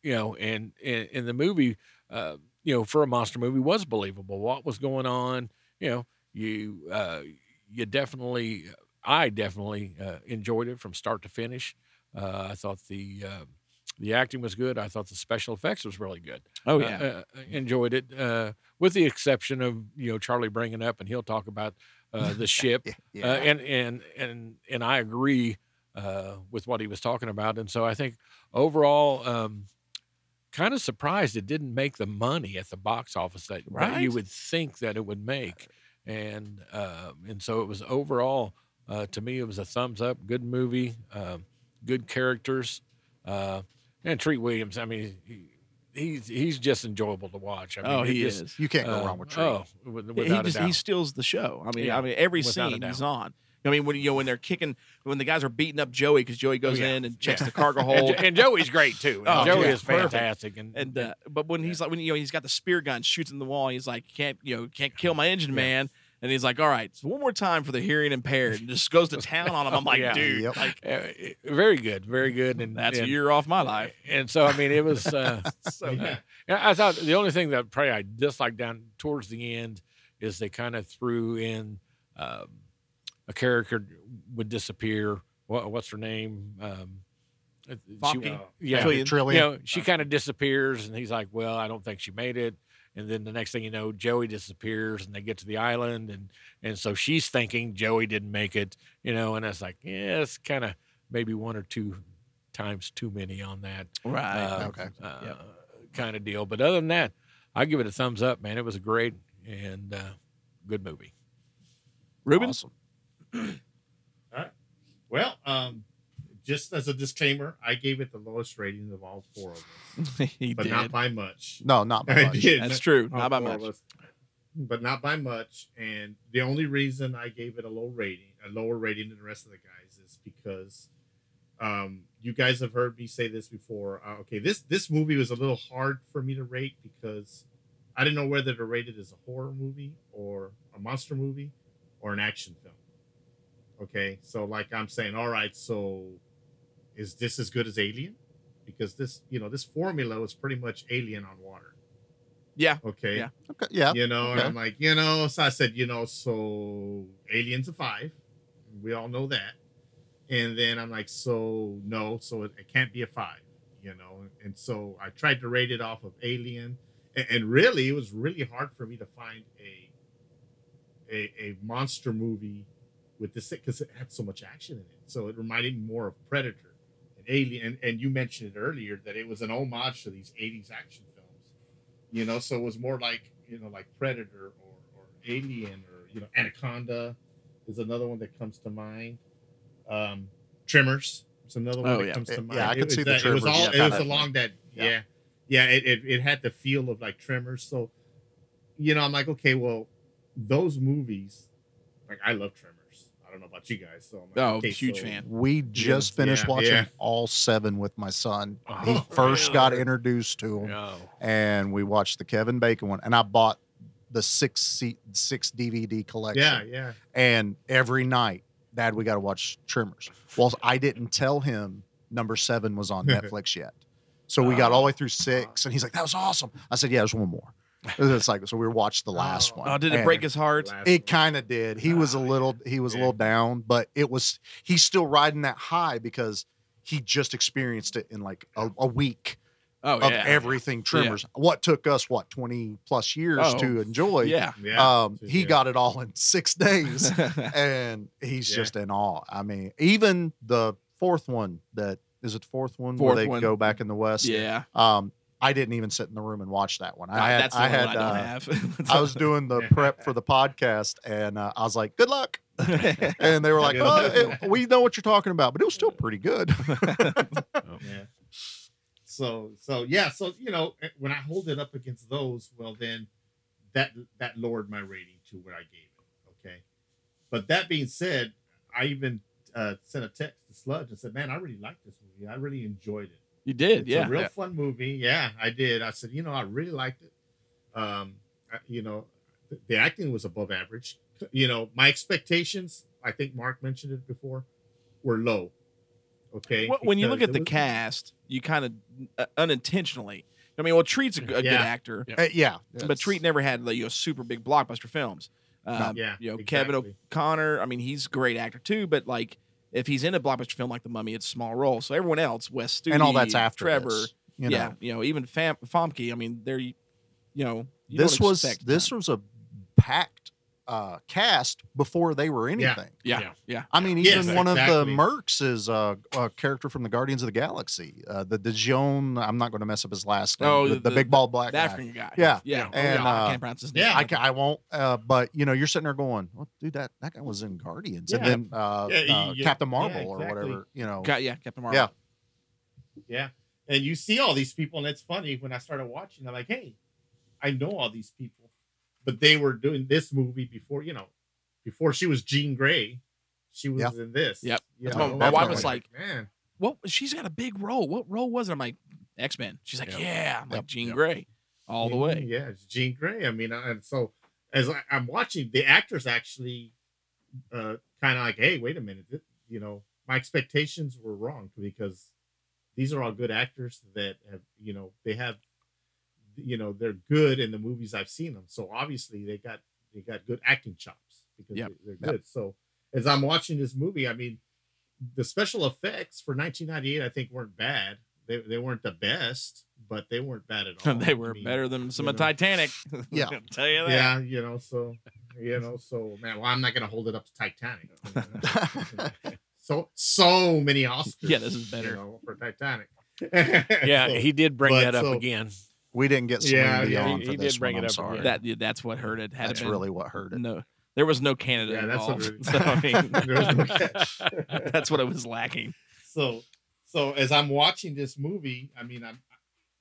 You know, and and, and the movie. Uh, you know, for a monster movie was believable. What was going on? You know, you uh, you definitely, I definitely uh, enjoyed it from start to finish. Uh, I thought the the acting was good. I thought the special effects was really good. Uh, Oh yeah, enjoyed it. uh, with the exception of you know Charlie bringing up, and he'll talk about uh, the ship. yeah. Uh, and and and and I agree uh, with what he was talking about. And so I think overall. Um, kind of surprised it didn't make the money at the box office that, right. that you would think that it would make. And uh, and so it was overall uh, to me it was a thumbs up, good movie, uh, good characters, uh, and Treat Williams. I mean. He, He's, he's just enjoyable to watch. I mean, oh, he, he just, is. You can't go wrong with Treat. Oh, without he, just, he steals the show. I mean, yeah, I mean, every scene he's on. I mean, when you know when they're kicking, when the guys are beating up Joey because Joey goes oh, yeah. in and checks yeah. the cargo hold, and, and, Joey's great too. And oh, Joey yeah. is fantastic. And, and uh, but when he's like when you know he's got the spear gun, shoots in the wall, he's like can't you know can't kill my engine man. And he's like, all right, so one more time for the hearing impaired, and just goes to town on him. I'm like, dude, yep. like, uh, very good, very good, and that's a year off my life. And so, I mean, it was. Uh, so I thought the only thing that probably I disliked down towards the end is they kind of threw in um, a character would disappear. What, what's her name? Um, she, uh, yeah, Trillion. Trillion. You know, she kind of disappears, and he's like, "Well, I don't think she made it." And then the next thing you know, Joey disappears, and they get to the island, and and so she's thinking Joey didn't make it, you know. And it's like, yeah, it's kind of maybe one or two times too many on that, right? Uh, okay, uh, yep. kind of deal. But other than that, I give it a thumbs up, man. It was great and uh, good movie. Ruben. Awesome. All right. Well, um, just as a disclaimer, I gave it the lowest rating of all four of us, but did. not by much. No, not by much. That's true. Oh, Not by much. Us, but not by much. And the only reason I gave it a low rating, a lower rating than the rest of the guys, is because um, you guys have heard me say this before. Uh, okay, this this movie was a little hard for me to rate because I didn't know whether to rate it as a horror movie or a monster movie or an action film okay so like i'm saying all right so is this as good as alien because this you know this formula was pretty much alien on water yeah okay yeah okay. yeah you know okay. and i'm like you know so i said you know so aliens a five we all know that and then i'm like so no so it, it can't be a five you know and so i tried to rate it off of alien and, and really it was really hard for me to find a a, a monster movie with this because it had so much action in it. So it reminded me more of Predator and Alien. And, and, you mentioned it earlier that it was an homage to these 80s action films, you know. So it was more like, you know, like Predator or, or Alien or, you know, Anaconda is another one that comes to mind. Um, Trimmers is another one oh, that yeah. comes it, to mind. Yeah, I can see that, the It was, all, yeah, it was along that, yeah. Yeah, yeah it, it, it had the feel of like Tremors. So, you know, I'm like, okay, well, those movies, like I love Tremors. I don't know about you guys. So like, oh, okay, huge so fan. We just yeah, finished yeah, watching yeah. all seven with my son. Oh, he first got introduced to him, no. and we watched the Kevin Bacon one, and I bought the six seat, six DVD collection. Yeah, yeah. And every night, Dad, we got to watch Trimmers. Well, I didn't tell him number seven was on Netflix yet, so we got all the way through six, and he's like, "That was awesome." I said, "Yeah, there's one more." it's like so we watched the last oh, one. Oh, did it break his heart? It kind of did. He was a little he was a little down, but it was he's still riding that high because he just experienced it in like a, a week. Oh, of yeah. everything Tremors. Yeah. What took us what twenty plus years oh, to enjoy? Yeah, yeah. Um, he yeah. got it all in six days, and he's just in awe. I mean, even the fourth one that is it the fourth one fourth where they one. go back in the West? Yeah. Um, I didn't even sit in the room and watch that one. I Right, had, that's the I one had, I don't uh, have. I was doing the prep for the podcast, and uh, I was like, "Good luck," and they were like, well, it- "We know what you're talking about," but it was still pretty good. yeah. So so yeah, so you know, eh, when I hold it up against those, well then that that lowered my rating to what I gave it. Okay. But that being said, I even uh, sent a text to Sludge and said, Man, I really liked this movie. I really enjoyed it. You did, It's yeah. A real Yeah. fun movie. Yeah, I did. I said, you know, I really liked it. Um, I- you know, th- the acting was above average. You know, my expectations, I think Mark mentioned it before, were low. Okay. Well, when you look because at it the was- cast, you kind of uh, unintentionally. I mean, well, Treat's a, g- a good Yeah. actor. Uh, yeah. but Treat never had like you know, super big blockbuster films. Um, Yeah, you know Kevin O'Connor. I mean, he's a great actor too. But like, if he's in a blockbuster film like The Mummy, it's a small role. So everyone else, West Studi, And all that's after Trevor. this, you yeah, know. you know, even Fam- Fomke. I mean, they're you know you this don't was expect- this was a packed uh, cast before they were anything. Yeah, yeah. yeah. I mean, Yes, even one of the exactly. Mercs is uh, a character from the Guardians of the Galaxy. Uh, the Dijon, I'm not going to mess up his last name. Oh, the, the, the- big bald black the guy. African guy. Yeah, Yeah. Oh, And, yeah, I uh, can't pronounce his name. I, ca- I won't. Uh, but you know, you're sitting there going, well, "Dude, that, that guy was in Guardians," Yeah. and then uh, Yeah, uh, yeah, Captain yeah, Marvel or exactly. whatever. You know, Ca- yeah, Captain Marvel. Yeah, Yeah. And you see all these people, and it's funny when I started watching, I'm like, hey, I know all these people. But they were doing this movie before, you know, before she was Jean Grey, she was Yeah. in this. Yep. You That's what know, my wife I'm was like, man, what? She's got a big role. What role was it? I'm like X Men. She's like, Yep. yeah. I'm like Yep. Jean Yep. Grey, all the Mhm. way. Yeah, it's Jean Grey. I mean, I- and so as I, I'm watching, the actors actually uh, kind of like, hey, wait a minute, th- you know, my expectations were wrong because these are all good actors that have, you know, they have, you know, they're good in the movies I've seen them. So obviously they got they got good acting chops because Yep. they, are Yep. good. So as I'm watching this movie, I mean, the special effects for 1998, I think, weren't bad. They, they weren't the best, but they weren't bad at all. they I were mean, better than some you of know. Titanic. Yeah. I'll tell you that. Yeah, you know, so you know, so man, well, I'm not gonna hold it up to Titanic. so so many Oscars. Yeah, this is better. you know, for Titanic. Yeah, So, he did bring but that up so- again. we didn't get Celine Yeah, yeah, Dion he- for he did this bring one. it I'm up sorry. That yeah, that's what hurt it. Had it That's been- really what hurt it. No, there was no Canada Yeah, that's what involved. really- so, I There was mean, no Canada. that's what it was lacking. so so as I'm watching this movie, I mean, I'm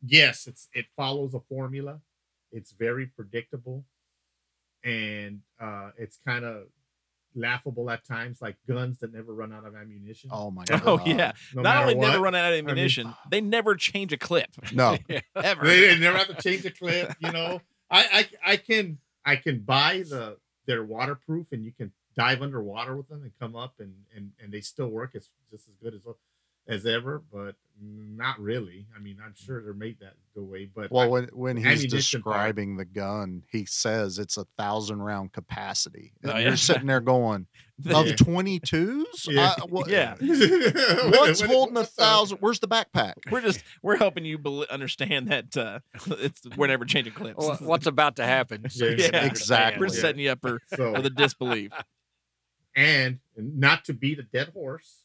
yes, it's it follows a formula. It's very predictable, and uh, it's kind of laughable at times, like guns that never run out of ammunition. Oh my god. Oh yeah, No not matter only never what, run out of I mean, ammunition, they never change a clip. No. ever. They didn't never have to change the clip. You know, I, I I can I can buy the they're waterproof and you can dive underwater with them and come up and and and they still work. It's just as good as as ever, but not really. I mean, I'm sure they're made that the way, but Well, when when he's ammunition part. describing the gun, he says it's a thousand round capacity. And Oh, yeah. You're sitting there going, Yeah. of twenty twos? Yeah. Yeah. What's holding a thousand? Where's the backpack? We're just we're helping you bel understand that uh, it's we're never changing clips. Wha- What's about to happen? so you Yeah, can understand. exactly. We're setting you up for, So- for the disbelief. and not to beat a dead horse,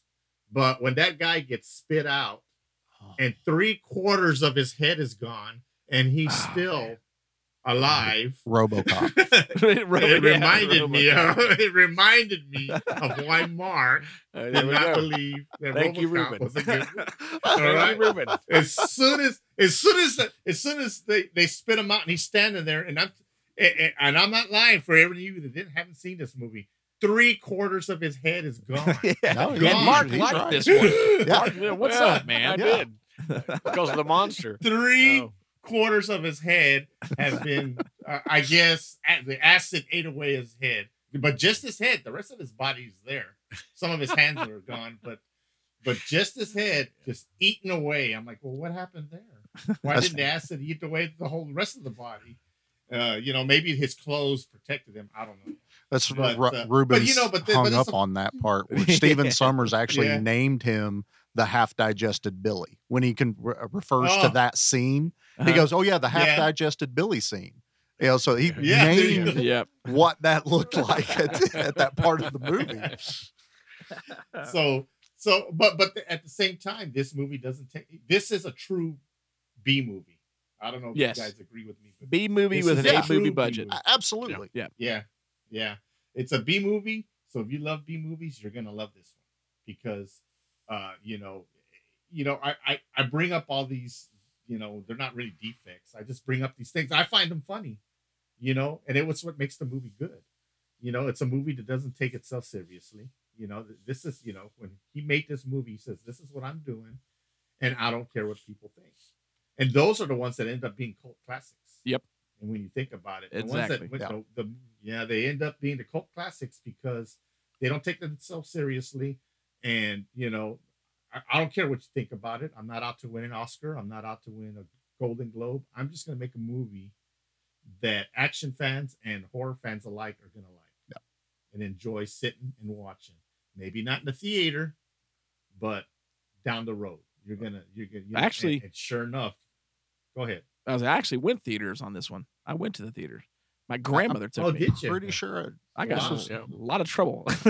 but when that guy gets spit out Oh. and three quarters of his head is gone and he's Oh, still alive. Robocop. it it reminded me of, it reminded me of why Mark Uh, there did we not go. believe that Thank you, RoboCop Ruben. was a good Thank you, All right. Ruben. as soon as as soon as the, as soon as they they spit him out and he's standing there and I'm and, and I'm not lying for everyone of you that didn't haven't seen this movie. Three quarters of his head is gone. No, And you're God, Oh, Mark he's liked right. this one. Yeah. Mark, yeah, what's Yeah, up, man? I Yeah. did. Because of the monster. Three Oh. quarters of his head have been, uh, I guess, a- the acid ate away his head, but just his head. The rest of his body's there. Some of his hands are gone, but but just his head just eaten away. I'm like, well, what happened there? Why That's- didn't the acid eat away the whole rest of the body? Uh, you know, maybe his clothes protected him. I don't know. That's But, Ru- uh, but, you Rubens know, but the- but hung it's up a- on that part where Stephen Yeah. Summers actually Yeah. named him the half digested Billy when he can re- uh, refers to Oh. that scene. Uh-huh. He goes, "Oh yeah, the half Yeah. digested Billy scene." You know, so he Yeah, there you named go. Yep. what that looked like at, at that part of the movie. so so but but the, at the same time this movie doesn't take this is a true b movie i don't know if Yes. you guys agree with me but B movie this with is an a A true movie B budget. movie. Absolutely. Yeah. yeah yeah it's a b movie so if you love b movies you're gonna love this one because uh you know you know I, I i bring up all these you know they're not really defects i just bring up these things i find them funny you know and it was what makes the movie good you know it's a movie that doesn't take itself seriously you know th- this is you know when he made this movie he says this is what i'm doing and i don't care what people think and those are the ones that end up being cult classics Yep. and when you think about it the Exactly. ones that Yeah. yeah. The, the- yeah they end up being the cult classics because they don't take themselves seriously and you know I, I don't care what you think about it i'm not out to win an oscar i'm not out to win a golden globe i'm just going to make a movie that action fans and horror fans alike are going to like and enjoy sitting and watching. Maybe not in the theater, but down the road, you're gonna you're gonna you know, Actually- And, and sure enough, go ahead. I was I actually went theaters on this one. I went to the theater. My grandmother took oh, me. did you? Pretty sure I got Wow. in a lot of trouble. was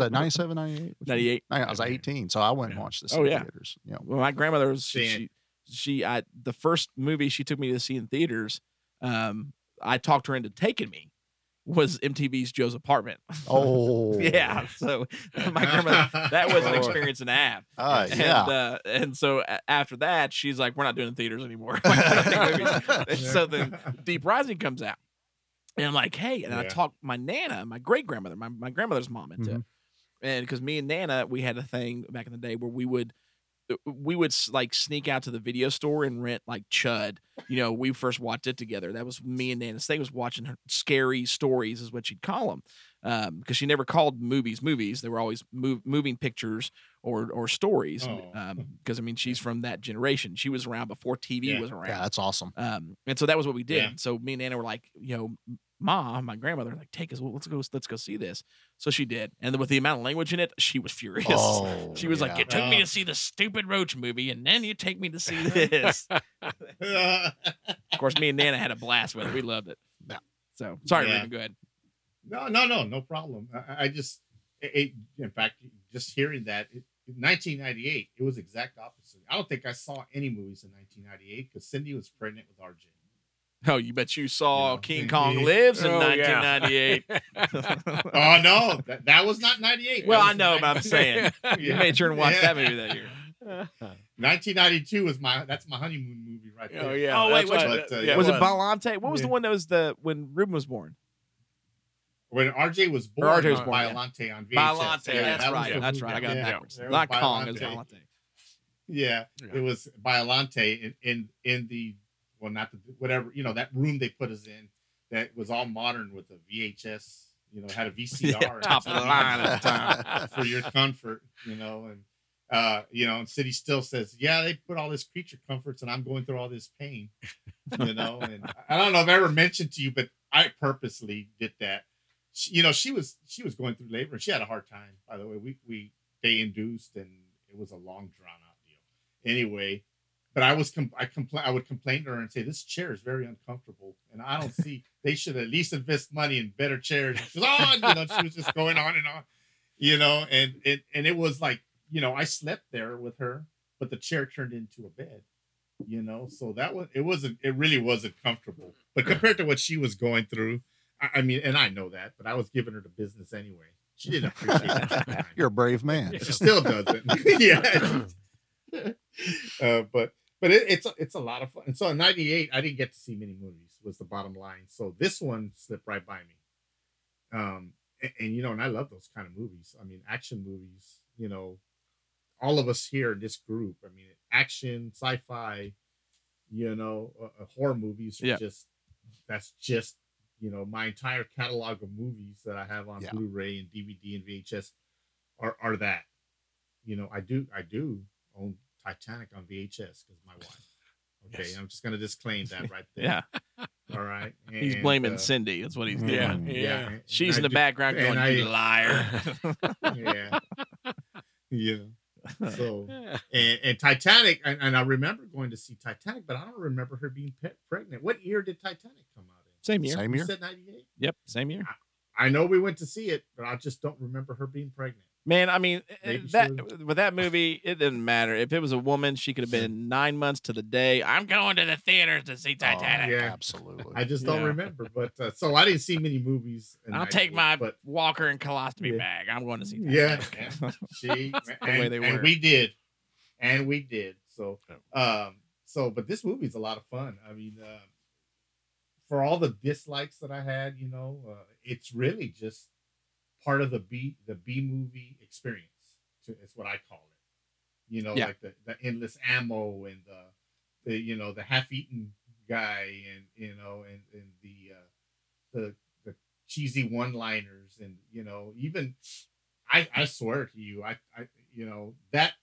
that 97, 98? Which one? 98. I was 18, so I went and watched this Oh, in yeah. theaters. Yeah. Well, my grandmother was she, Fan. she, she- I the first movie she took me to see in theaters, um, I talked her into taking me was MTV's Joe's Apartment. Oh. yeah. So my grandmother that was an experience and a half. Ah, and, yeah. Uh, and so a- after that, she's like, "We're not doing theaters anymore." We're not doing movies. And so then Deep Rising comes out, and I'm like, "Hey!" And I Yeah. talked my nana, my great grandmother, my my grandmother's mom into it Mhm. and because me and Nana, we had a thing back in the day where we would uh, we would s- like sneak out to the video store and rent like Chud. You know, we first watched it together. That was me and Nana's thing was watching her scary stories is what she'd call them. Um, because she never called movies movies. They were always move, moving pictures or or stories. Um 'cause because I mean she's from that generation. She was around before TV was around. Yeah, that's awesome. Um, and so that was what we did. Yeah. So me and Anna were like, you know, "M- Ma, my grandmother, like, take us, well, let's go, let's go see this. So she did, and then with the amount of language in it, she was furious. Oh, she was like, yeah. "You took me Oh. to see the stupid Roach movie, and then you take me to see this." of course, me and Nana had a blast with it. We loved it. So sorry, Yeah. Ruben, go ahead. No, no, no, no problem. I- I, I just, it, it- in fact, just hearing that, it, in 1998, it was exact opposite. I don't think I saw any movies in 1998 because Cindy was pregnant with RJ. Oh, you bet you saw King Mhm. Kong Lives in Oh, yeah. 1998. oh no, that, that was not 98. Well, That I was know, but I'm 90. saying you made sure and watch that movie that year. 1992 was my that's my honeymoon movie right there. Oh, yeah, oh wait, that's which, what- but, uh, yeah, it was it was. Balante? What was the Yeah. one that was the when Ruben was born? When RJ was Or born, uh, RJ was born, yeah. Violante on VHS. Violante, Yeah, that's that was right, the that's movie. right, I got it Yeah. backwards. There was Not Kong, it Violante. was Violante. Yeah, it was Violante in, in in the well, not the whatever you know that room they put us in that was all modern with a VHS. You know, had a VCR Yeah, and top of the something line at the time. for your comfort. You know, and uh, you know, and City still says, "Yeah, they put all this creature comforts, and I'm going through all this pain." You know, and I- I don't know if I ever mentioned to you, but I purposely did that. She, you know, she was she was going through labor, and she had a hard time. By the way, we we they induced, and it was a long drawn out deal. Anyway, but I was com- I complain I would complain to her and say this chair is very uncomfortable, and I don't see they should at least invest money in better chairs. And she was, "Oh," you know, she was just going on and on, you know, and it and it was like you know I slept there with her, but the chair turned into a bed, you know, so that was it wasn't it really wasn't comfortable, but compared to what she was going through, I, I mean, and I know that, but I was giving her the business anyway. She didn't appreciate it. You're a brave man. She still doesn't. yeah. uh, but but it, it's a- it's a lot of fun. And so in '98, I didn't get to see many movies. Was the bottom line. So this one slipped right by me. Um, a- and, you know, and I love those kind of movies. I mean, action movies. You know, all of us here in this group. I mean, action, sci-fi. You know, uh, uh, horror movies are Yeah. just that's just you know my entire catalog of movies that I have on Yeah. Blu-ray and DVD and VHS are are that. You know, I do I do own Titanic on VHS because my wife. Okay, Yes. I'm just gonna disclaim that right there. Yeah. All right. He's and, blaming uh, Cindy. That's what he's doing. Yeah, yeah. and She's I in the do- background and going, I- "You liar." yeah. Yeah. So and, and Titanic, and, and I remember going to see Titanic, but I don't remember her being pe- pregnant. What year did Titanic come out in? Same year. Same You year. said 98? Yep. Same year. I know we went to see it, but I just don't remember her being pregnant. Man, I mean, that with that movie, it didn't matter. If it was a woman, she could have been nine months to the day. I'm going to the theaters to see Titanic. yeah. Absolutely. I just don't Yeah. remember, but uh, so I didn't see many movies. in I'll high take school, my But walker and colostomy bag. I'm going to see. yeah, Titanic. she That's the and, way they and were. we did, and we did. So, Oh. um, so but this movie's a lot of fun. I mean, uh, for all the dislikes that I had, you know, uh, it's really just part of the B the B movie experience. To, it's what I call it. You know, Yeah. like the, the endless ammo and the, the you know the half eaten guy and you know and and the uh, the the cheesy one liners and you know even I I swear to you I I you know that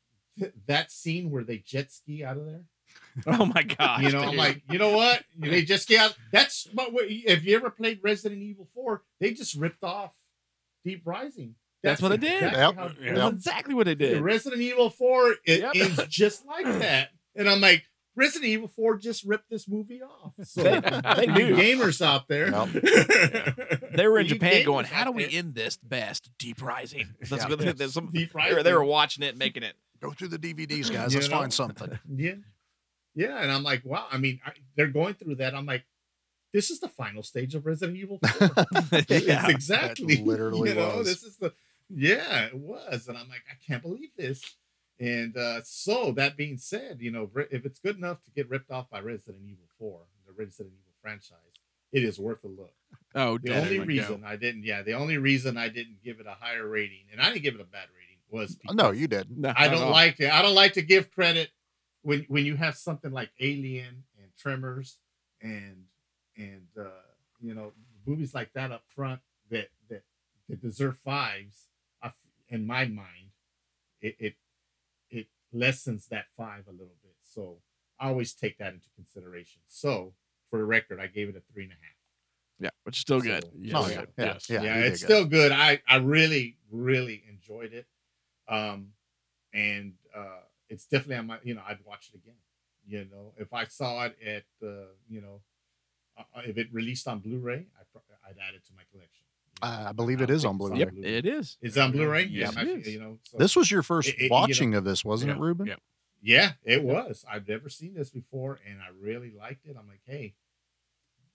that scene where they jet ski out of there. Oh my god. You know, I'm like, you know what? They just got that's but what- if you ever played Resident Evil 4, they just ripped off Deep Rising. That's what they did. exactly how- That's exactly what they did. Resident Evil 4 it Yep. ends just like that. And I'm like, Resident Evil 4 just ripped this movie off. So They- they you do. gamers out there. They were in You Japan gamers going, out "How do we there. end this best? Deep Rising." That's Yeah. what they, there's some, Deep they were- they were Rising. watching it, and making it. Go through the DVDs, guys. You Let's know? find something. Yeah. Yeah. And I'm like, wow. I mean, I, they're going through that. I'm like, this is the final stage of Resident Evil 4. Yeah. it's exactly. That literally you know, was. This is the, yeah, it was. And I'm like, I can't believe this. And uh, so that being said, you know, re- if it's good enough to get ripped off by Resident Evil 4, the Resident Evil franchise, it is worth a look. Oh, The only reason I didn't, yeah, the only reason I didn't give it a higher rating, and I didn't give it a bad rating, was No, you didn't. I don't like to. I don't like to give credit when when you have something like Alien and Tremors and and uh, you know movies like that up front that that that deserve fives. I f in my mind, it, it it lessens that five a little bit. So I always take that into consideration. So for the record, I gave it a three and a half. Yeah, which is still good. So- Yes. Oh, yeah. Yeah. Yes. Yeah, Yeah, you it's did good. still good. I I really really enjoyed it, um, and uh, it's definitely on my you know I'd watch it again. You know, if I saw it at uh, you know, uh, uh, if it released on Blu-ray, I pro- I'd add it to my collection. Uh, I believe it is on Blu-ray. Yep, it is. It's on Blu-ray. Yes, Yeah, it I- is. you know, so- This was your first It- it- you know, watching of this, wasn't it, Yeah. Ruben? Yeah. Yeah, it was. I've never seen this before, and I really liked it. I'm like, hey,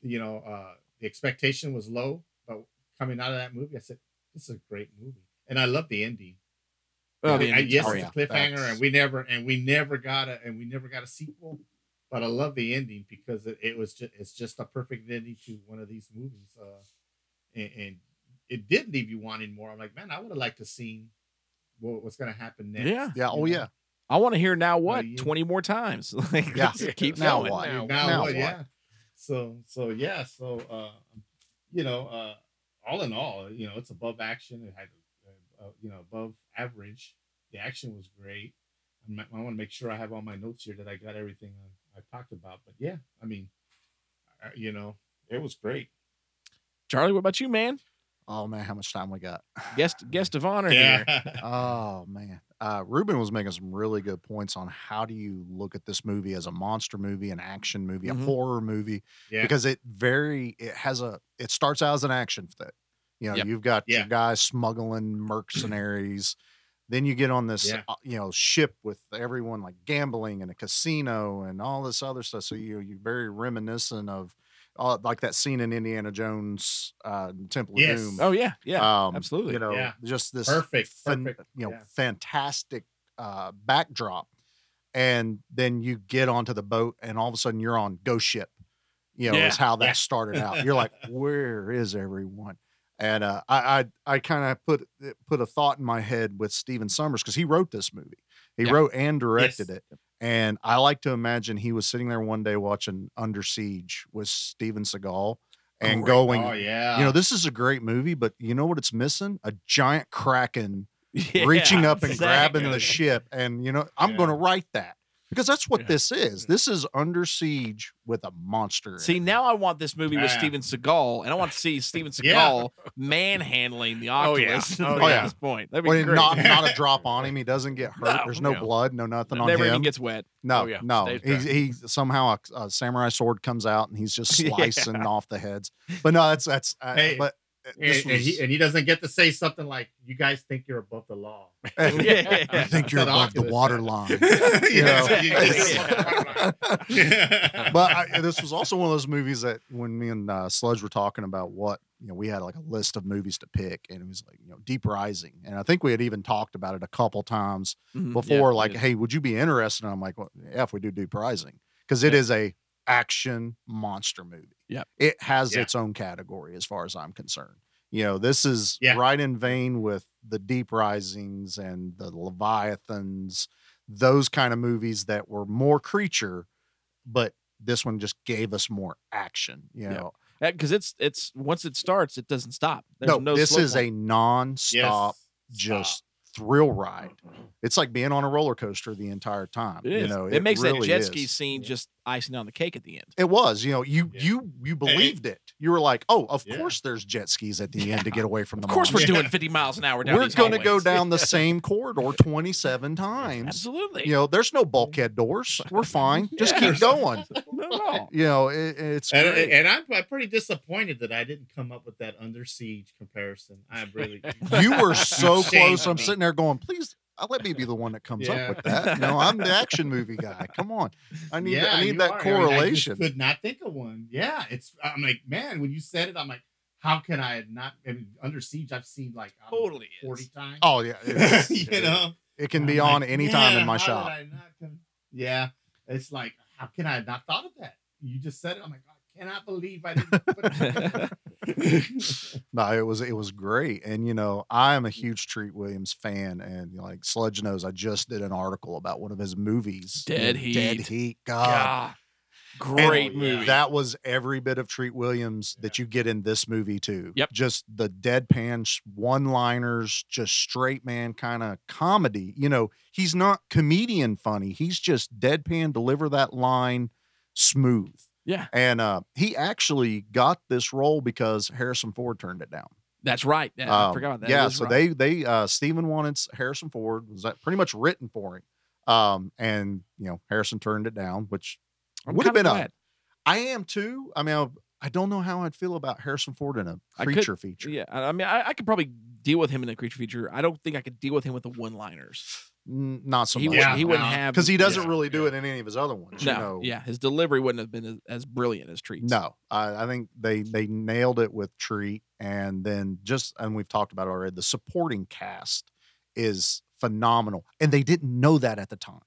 you know, uh, the expectation was low, but coming out of that movie, I said, this is a great movie, and I love the ending. Oh, I, the I- ending's yes, great. it's a cliffhanger, that's- and we never and we never got a and we never got a sequel. But I love the ending because it, it was just it's just a perfect ending to one of these movies, uh, and, and it did leave you wanting more. I'm like, man, I would have liked to seen what, what's going to happen next. Yeah. Yeah. you Oh, know? yeah. I want to hear now what Oh, yeah. twenty more times. Like, Yeah. just keep Now going. what? Now, Now what? what? Yeah. So so yeah. So uh, you know, uh, all in all, you know, it's above action. It had uh, uh, you know above average. The action was great. I'm, I want to make sure I have all my notes here that I got everything I, I talked about. But yeah, I mean, uh, you know, it was great. Charlie, what about you, man? Oh man, how much time we got? Guest guest of honor here. oh man. Uh, Ruben was making some really good points on how do you look at this movie as a monster movie, an action movie, Mhm. a horror movie, Mm-hmm. yeah. because it very it has a it starts out as an action flick. You know, Yep. you've got Yeah. your guys smuggling mercenaries. then you get on this Yeah. uh, you know ship with everyone like gambling and a casino and all this other stuff. So you you're very reminiscent of uh, like that scene in Indiana Jones uh, Temple Yes. of Doom. Oh yeah, yeah. um, absolutely. You know, Yeah. just this Perfect, fan- perfect, you know, yeah. fantastic uh, backdrop, and then you get onto the boat, and all of a sudden you're on Ghost Ship. You know, Yeah, is how that yeah. started out. You're like, where is everyone? And uh, I, I, I kind of put it- put a thought in my head with Steven Summers because he wrote this movie. He Yeah. wrote and directed Yes. it. And I like to imagine he was sitting there one day watching Under Siege with Steven Seagal and Great. going, oh yeah. you know, this is a great movie, but you know what it's missing? A giant kraken Yeah, reaching up and grabbing exactly. the ship. And you know, I'm Yeah. going to write that because that's what Yeah. this Mm. is. This is under siege with a monster. in it. See, now I want this movie with Yeah. Steven Seagal, and I want to see Steven Yeah. Seagal manhandling the Oh, yeah. Oculus Oh, at yeah. this point. That'd be Well, great. not not a drop on him. He doesn't get hurt. No, There's no no. blood, no nothing on Never him. even gets wet. no, oh, yeah, no. stays He, dry. he somehow a, a samurai sword comes out and he's just Yeah. slicing off the heads. But uh, no, that's that's. I, Hey, but and, and he, and he doesn't get to say something like, "You guys think you're above the law. I think you're That above the Oculus water had. line. Yeah, You know? you- you- you- Yeah. but I, this was also one of those movies that when me and uh, Sludge were talking about what you know, we had like a list of movies to pick, and it was like you know Deep Rising, and I think we had even talked about it a couple Mhm. times Yeah, Mm-hmm. before. we like, did. hey, would you be interested? And I'm like, well, yeah, if we do Deep Rising, because it is a action monster movie. Yep. it has Yeah. its own category as far as I'm concerned. You know, this is right in vein with the Deep Risings and the Leviathans, those kind of movies that were more creature, but this one just gave us more action. You know, because Uh, it's it's once it starts, it doesn't stop. There's no, no, this slow is point. a non-stop, just thrill ride. It's like being on a roller coaster the entire time. Mm-hmm. It is. You know, it, makes that really jet is. ski scene just icing on the cake at the end. It was, you know, you you you believed it. You were like, oh, of course there's jet skis at the end to get away from the. Of course, we're monster. doing 50 miles an hour down. We're these going to go hallways. down the same corridor 27 times. Absolutely. Mm-hmm. You know, there's no bulkhead doors. We're fine. Just keep going. You know, it, it's and, great. and I'm, I'm pretty disappointed that I didn't come up with that under siege comparison. I'm really you were so You shamed close. I'm me. sitting there going, please uh, let me be the one that comes Yeah. up with that. No, I'm the action movie guy. Come on. I need Yeah, I you need that are. I mean, I just correlation. could not think of one. Yeah, it's. I'm like, man, when you said it, I'm like, how can I not? I mean, Under siege, I've seen like I don't know, totally forty times. oh yeah. it's- you know, It can be I'm on like, any time "Man, in my how shop. did I not come-" Yeah, it's like, how can I have not thought of that? You just said it. I'm like, I cannot believe I didn't. Put it no, it was it was great, and you know I am a huge Treat Williams fan, and you know, like Sludge knows, I just did an article about one of his movies, you know, Dead Dead Heat. Heat, God, And great movie. That was every bit of Treat Williams that you get in this movie too. Yep. just the deadpan one liners, just straight man kind of comedy. You know, he's not comedian funny; he's just deadpan deliver that line smooth. Yeah. And uh, he actually got this role because Harrison Ford turned it down. That's right. Yeah, I Um, forgot about that. Yeah, That's so right. they they uh Stephen wanted s- Harrison Ford was that pretty much written for him, um, and you know Harrison turned it down, which I'm would have kinda been glad. a. I am too. I mean, I, I don't know how I'd feel about Harrison Ford in a I could- creature feature. Yeah, I I mean, I, I could probably deal with him in the creature feature. I don't think I could deal with him with the one-liners. N- Not so He much. wouldn't- Yeah, he wouldn't no. have- because he doesn't yeah, really do it in any of his other ones. no, you know? yeah, his delivery wouldn't have been as, as brilliant as Treats. No, I, I think they they nailed it with Treat, and then just and we've talked about it already. The supporting cast is phenomenal, and they didn't know that at the time.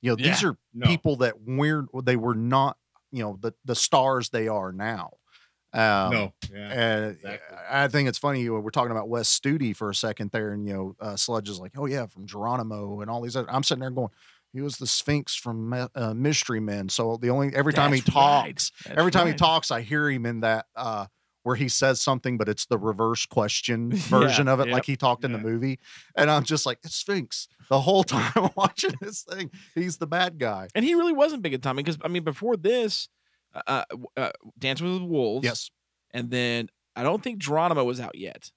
You know, these Yeah, are people that weren't they were not you know the the stars they are now. Um, No, yeah, and I think it's funny you know, we're talking about Wes Studi for a second there, and you know uh, Sludge is like, oh yeah, from Geronimo and all these. Other, I'm sitting there going. He was the Sphinx from Me- uh, Mystery Men. So the only every time he That's right. talks, That's every time he right. talks, I hear him in that uh, where he says something, but it's the reverse question version of it, like yep, he talked in the movie. And I'm just like, it's Sphinx the whole time watching this thing. He's the bad guy. and he really wasn't big at Tommy because I mean, before this, uh, uh, uh, Dance with the Wolves, yes, and then I don't think Geronimo was out yet.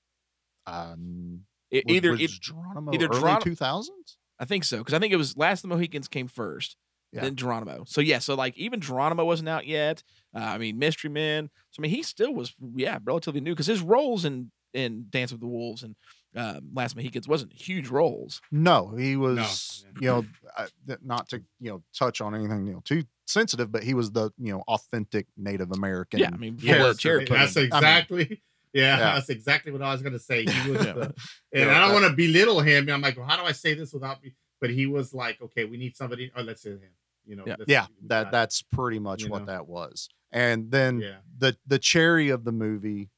Um, It, was- either was it, Geronimo either early Geron- 2000s? I think so because I think it was Last of the Mohicans came first, Yeah. then Geronimo. So yeah, so like even Geronimo wasn't out yet. Uh, I mean, Mystery Men. So I mean, he still was yeah relatively new because his roles in in Dance with the Wolves and um, Last of the Mohicans wasn't huge roles. No, he was, you know, uh, th- not to, you know, touch on anything, you know, too sensitive, but he was the, you know, authentic Native American. Yeah, I mean, character. full of cherry That's pudding. I mean, exactly. yeah, yeah. that's exactly what I was gonna say. He was, Yeah. the, and Yeah, I don't that- want to belittle him. I'm like, well, how do I say this without? Be, but he was like, okay, we need somebody. Oh, let's say him. You know, yeah, let's- yeah, we that got- that's pretty much what that was. And then Yeah. the the cherry of the movie,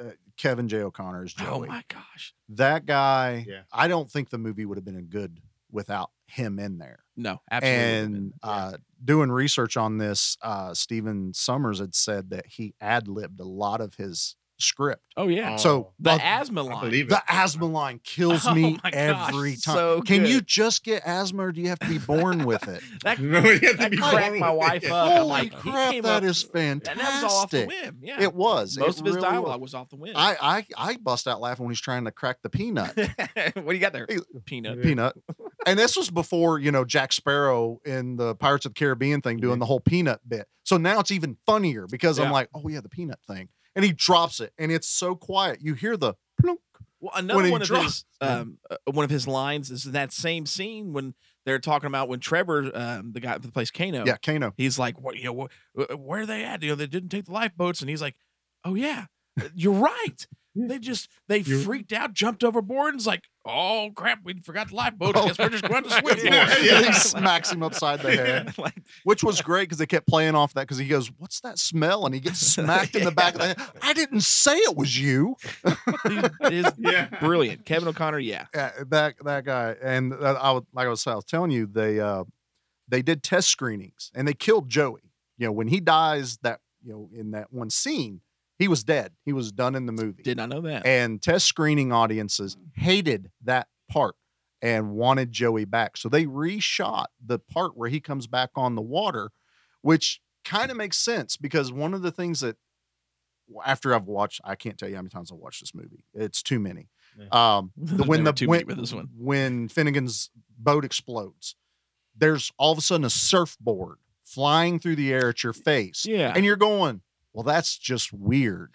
uh, Kevin J. O'Connor is Oh Joey. my gosh, that guy. Yeah. I don't think the movie would have been good without him in there. no, absolutely. And uh, doing research on this, uh, Stephen Summers had said that he ad libbed a lot of his script. oh yeah, So the uh, Oh, asthma line. the asthma line kills Oh me my gosh, every time. so Can you good. just get asthma or do you have to be born with it? That, No, you have to that be cracked born my with wife it. up. I'm Holy like, he crap, came that up- is fantastic. And that was all off the whim. Yeah. It was. Most It of his really dialogue was off the whim. I, I I bust out laughing when he's trying to crack the peanut. what do you got there? Peanut. peanut. And this was before, you know, Jack Sparrow in the Pirates of the Caribbean thing doing the whole peanut bit. So now it's even funnier because I'm Yeah. like, oh yeah, the peanut thing. and he drops it, and it's so quiet. You hear the plunk. Well, another one of dropped. his um, uh, one of his lines is in that same scene when they're talking about when Trevor, um, the guy that plays Kano, yeah, Kano, he's like, "What? You know, wh- where are they at? You know, they didn't take the lifeboats," and he's like, "Oh yeah, you're right." They just they You're... freaked out, jumped overboard, and it's like, oh crap, we forgot the lifeboat. Oh, I guess we're just going to swim. yeah, yeah. he smacks him upside the head, like, which was great because they kept playing off that because he goes, "What's that smell?" and he gets smacked yeah. in the back of the head. I didn't say it was you. it yeah. brilliant, Kevin O'Connor. Yeah. yeah, Uh, that that guy, and uh, I was like I was, I was telling you, they uh, they did test screenings and they killed Joey. You know, when he dies, that you know, in that one scene he was dead. He was done in the movie. Did not know that. And test screening audiences hated that part and wanted Joey back. So they reshot the part where he comes back on the water, which kind of makes sense because one of the things that after I've watched, I can't tell you how many times I've watched this movie. It's too many. Yeah. Um, the, when the when, when Finnegan's boat explodes, there's all of a sudden a surfboard flying through the air at your face. Yeah. And you're going, well, that's just weird.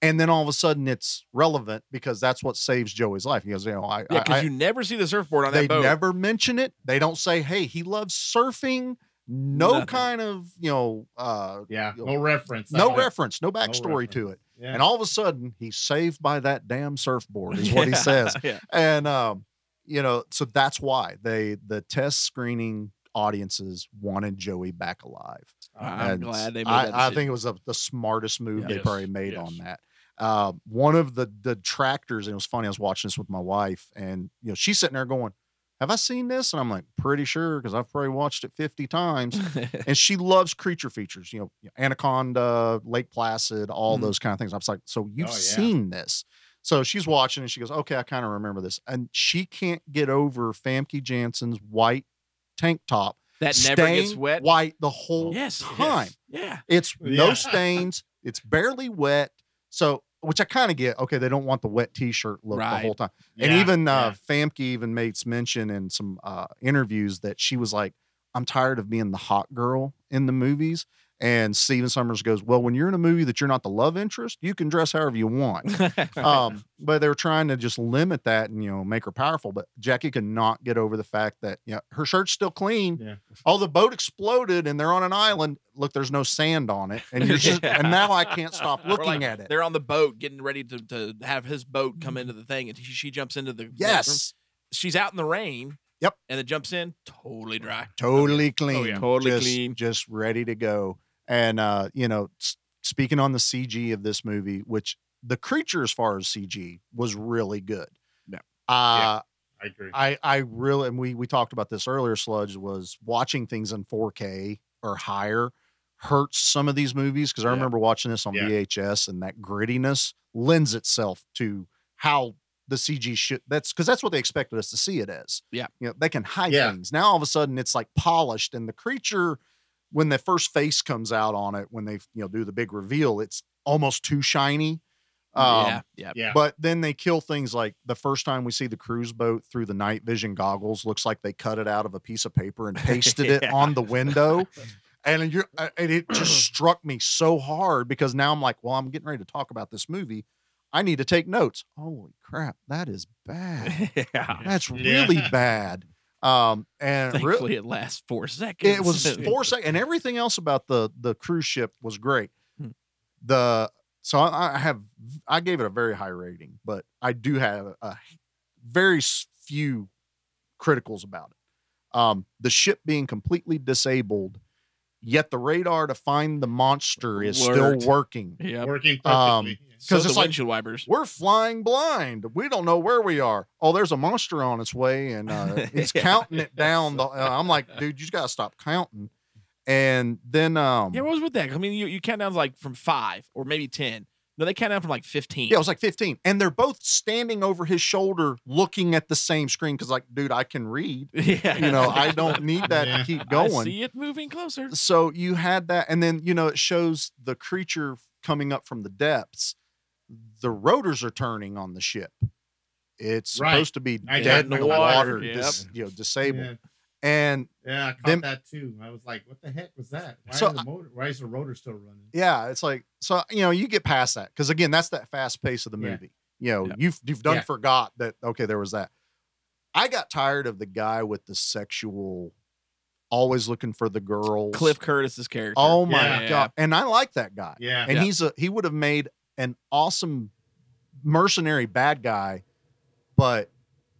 And then all of a sudden, it's relevant because that's what saves Joey's life. He goes, you know, I yeah, because you never see the surfboard on that they boat. They never mention it. They don't say, hey, he loves surfing. No Nothing. kind of you know, uh, yeah, no reference, no reference, no backstory no to it. Yeah. And all of a sudden, he's saved by that damn surfboard, is what yeah. he says. yeah. And um, you know, so that's why they the test screening audiences wanted Joey back alive. I'm and glad they made Uh, I, that I think it was a, the smartest move yes. they probably made yes. on that. Uh, one of the detractors, and it was funny, I was watching this with my wife, and you know, she's sitting there going, Have I seen this? And I'm like, pretty sure, because I've probably watched it 50 times. and she loves creature features, you know, Anaconda, Lake Placid, all mm-hmm. those kind of things. I was like, So you've oh, yeah. seen this. So she's watching and she goes, Okay, I kind of remember this. And she can't get over Famke Jansen's white tank top that never gets wet, white the whole yes, time. Yes, yeah, it's no yeah. stains. It's barely wet. So, which I kind of get. Okay, they don't want the wet T-shirt look right. the whole time. Yeah, and even yeah. uh, Famke even makes mention in some uh, interviews that she was like, "I'm tired of being the hot girl in the movies." And Steven Summers goes, Well, when you're in a movie that you're not the love interest, you can dress however you want. um, but they were trying to just limit that and, you know, make her powerful. But Jackie could not get over the fact that, you know, her shirt's still clean. Yeah. Oh, the boat exploded and they're on an island. Look, there's no sand on it. And, just, yeah. and now I can't stop looking like, at it. They're on the boat getting ready to, to have his boat come into the thing. And he, she jumps into the. Mm-hmm. Yes. Bathroom. She's out in the rain. Yep. And it jumps in totally dry. Totally clean. Oh, yeah. Totally just, clean. Just ready to go and uh, you know s- speaking on the cg of this movie which the creature as far as cg was really good no. yeah uh, I agree. I, I really and we we talked about this earlier. Sludge was watching things in 4K or higher hurts some of these movies because I yeah. remember watching this on yeah. VHS and that grittiness lends itself to how the CG should. That's because that's what they expected us to see it as. Yeah, you know they can hide yeah. things. Now all of a sudden it's like polished and the creature when the first face comes out on it, when they you know do the big reveal, it's almost too shiny. Um, yeah, yeah, yeah. But then they kill things like the first time we see the cruise boat through the night vision goggles, looks like they cut it out of a piece of paper and pasted yeah. it on the window. and you and it just struck me so hard because now I'm like, well, I'm getting ready to talk about this movie. I need to take notes. Holy crap, that is bad. yeah. That's really yeah. bad. Um, and thankfully, re- it lasts four seconds. It was four seconds, and everything else about the the cruise ship was great. Hmm. The so I, I, have I gave it a very high rating, but I do have a very few criticals about it. Um, the ship being completely disabled, yet the radar to find the monster is Alert. still working. Yeah, working perfectly. Um, because so it's like wipers. we're flying blind. We don't know where we are. Oh, there's a monster on its way, and uh, it's yeah. counting it down. The, uh, I'm like, dude, you gotta stop counting. And then, um, yeah, what was with that? I mean, you, you count down like from five or maybe ten. No, they count down from like fifteen. Yeah, it was like fifteen, and they're both standing over his shoulder, looking at the same screen. Because, like, dude, I can read. Yeah, you know, I don't need that yeah. to keep going. I see it moving closer. So you had that, and then you know it shows the creature coming up from the depths the rotors are turning on the ship. It's right. supposed to be I dead in the water, water yep. dis, you know, disabled. Yeah. And yeah, I caught then, that too. I was like, "What the heck was that? Why, so, is the motor, why is the rotor still running?" Yeah, it's like so you know you get past that because again that's that fast pace of the Yeah. movie you know you've you've done Yeah. forgot that okay there was that i got tired of the guy with the sexual always looking for the girls Cliff Curtis's character. oh my Yeah. god and i like that guy Yeah. and Yeah. he's a he would have made an awesome mercenary bad guy but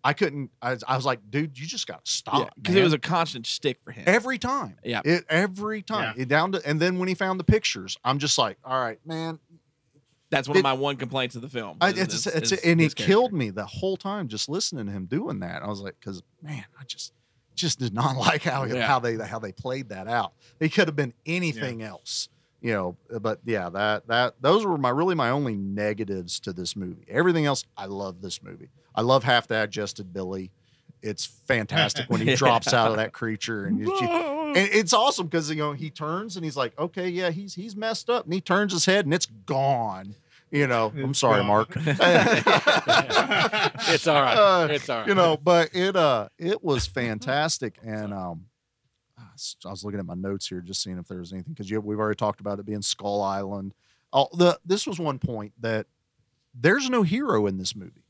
i couldn't i, was- I was like dude you just gotta stop because it man. was a constant stick for him. every time yeah, it every time it down to and then when he found the pictures i'm just like all right man that's one it- of my one complaints of the film. I, is- it's, is- it's, it's, is and his it character. killed me the whole time just listening to him doing that. I was like, because man, I just just did not like how Yeah. how they how they played that out. It could have been anything else, you know. uh, But yeah, that that those were my really my only negatives to this movie. Everything else, I love this movie. I love half digested Billy. It's fantastic when he Yeah. drops out of that creature, and, it's, just- and it's awesome because you know he turns and he's like, okay, yeah, he's he's messed up, and he turns his head and it's gone. You know, I'm It's sorry, gone. Mark. It's all right. Uh, it's all right. you know, but it uh it was fantastic, and um, I s- I was looking at my notes here just seeing if there was anything because we've already talked about it being Skull Island. Oh, the this was one point that there's no hero in this movie.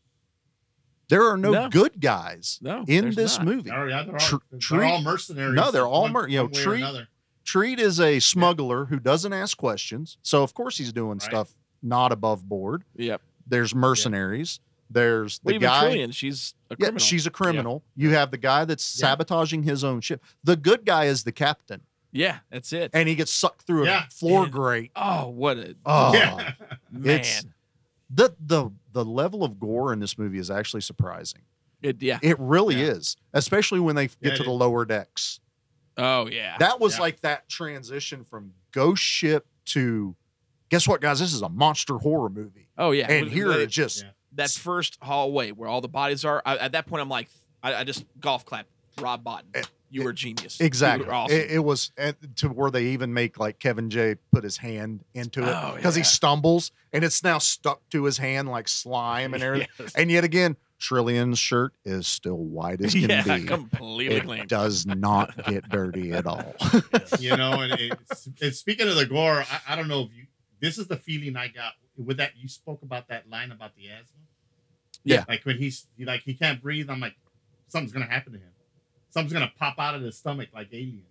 There are no, No. good guys No, in there's this not. movie. All right, they're all, Tr- they're all treat- mercenaries. No, they're all one- mer- you know, one way or treat- another. Treat is a smuggler who doesn't ask questions, so of course he's doing Right. stuff not above board. Yep. There's mercenaries. There's the Well, even guy. Trillian, she's a Yeah, criminal. she's a criminal. You have the guy that's sabotaging his own ship. The good guy is the captain, Yeah, that's it. and he gets sucked through Yeah. a floor And- grate. oh, what a Oh, Yeah. man! it's the the the level of gore in this movie is actually surprising. It- yeah. It really Yeah. is, especially when they get Yeah, it to the is. lower decks. Oh yeah. That was Yeah. like that transition from ghost ship to guess what, guys? This is a monster horror movie, oh yeah. and With- here with it just Yeah. that first hallway where all the bodies are. I, at that point, I'm like, I, I just golf clap. Rob Botton, you were a genius. You were Eh, Exactly. awesome. It, it was at, to where they even make like Kevin J put his hand into it Oh, because yeah. he stumbles and it's now stuck to his hand like slime and everything. Yes. And yet again, Trillion's shirt is still white as can yeah, be. completely It clean. does not get dirty at all. you know, and it's, and speaking of the gore, I, I don't know if you. This is the feeling I got with that. You spoke about that line about the asthma. Yeah. like when he's he, like he can't breathe. I'm like, something's gonna happen to him. Something's gonna pop out of his stomach like alien.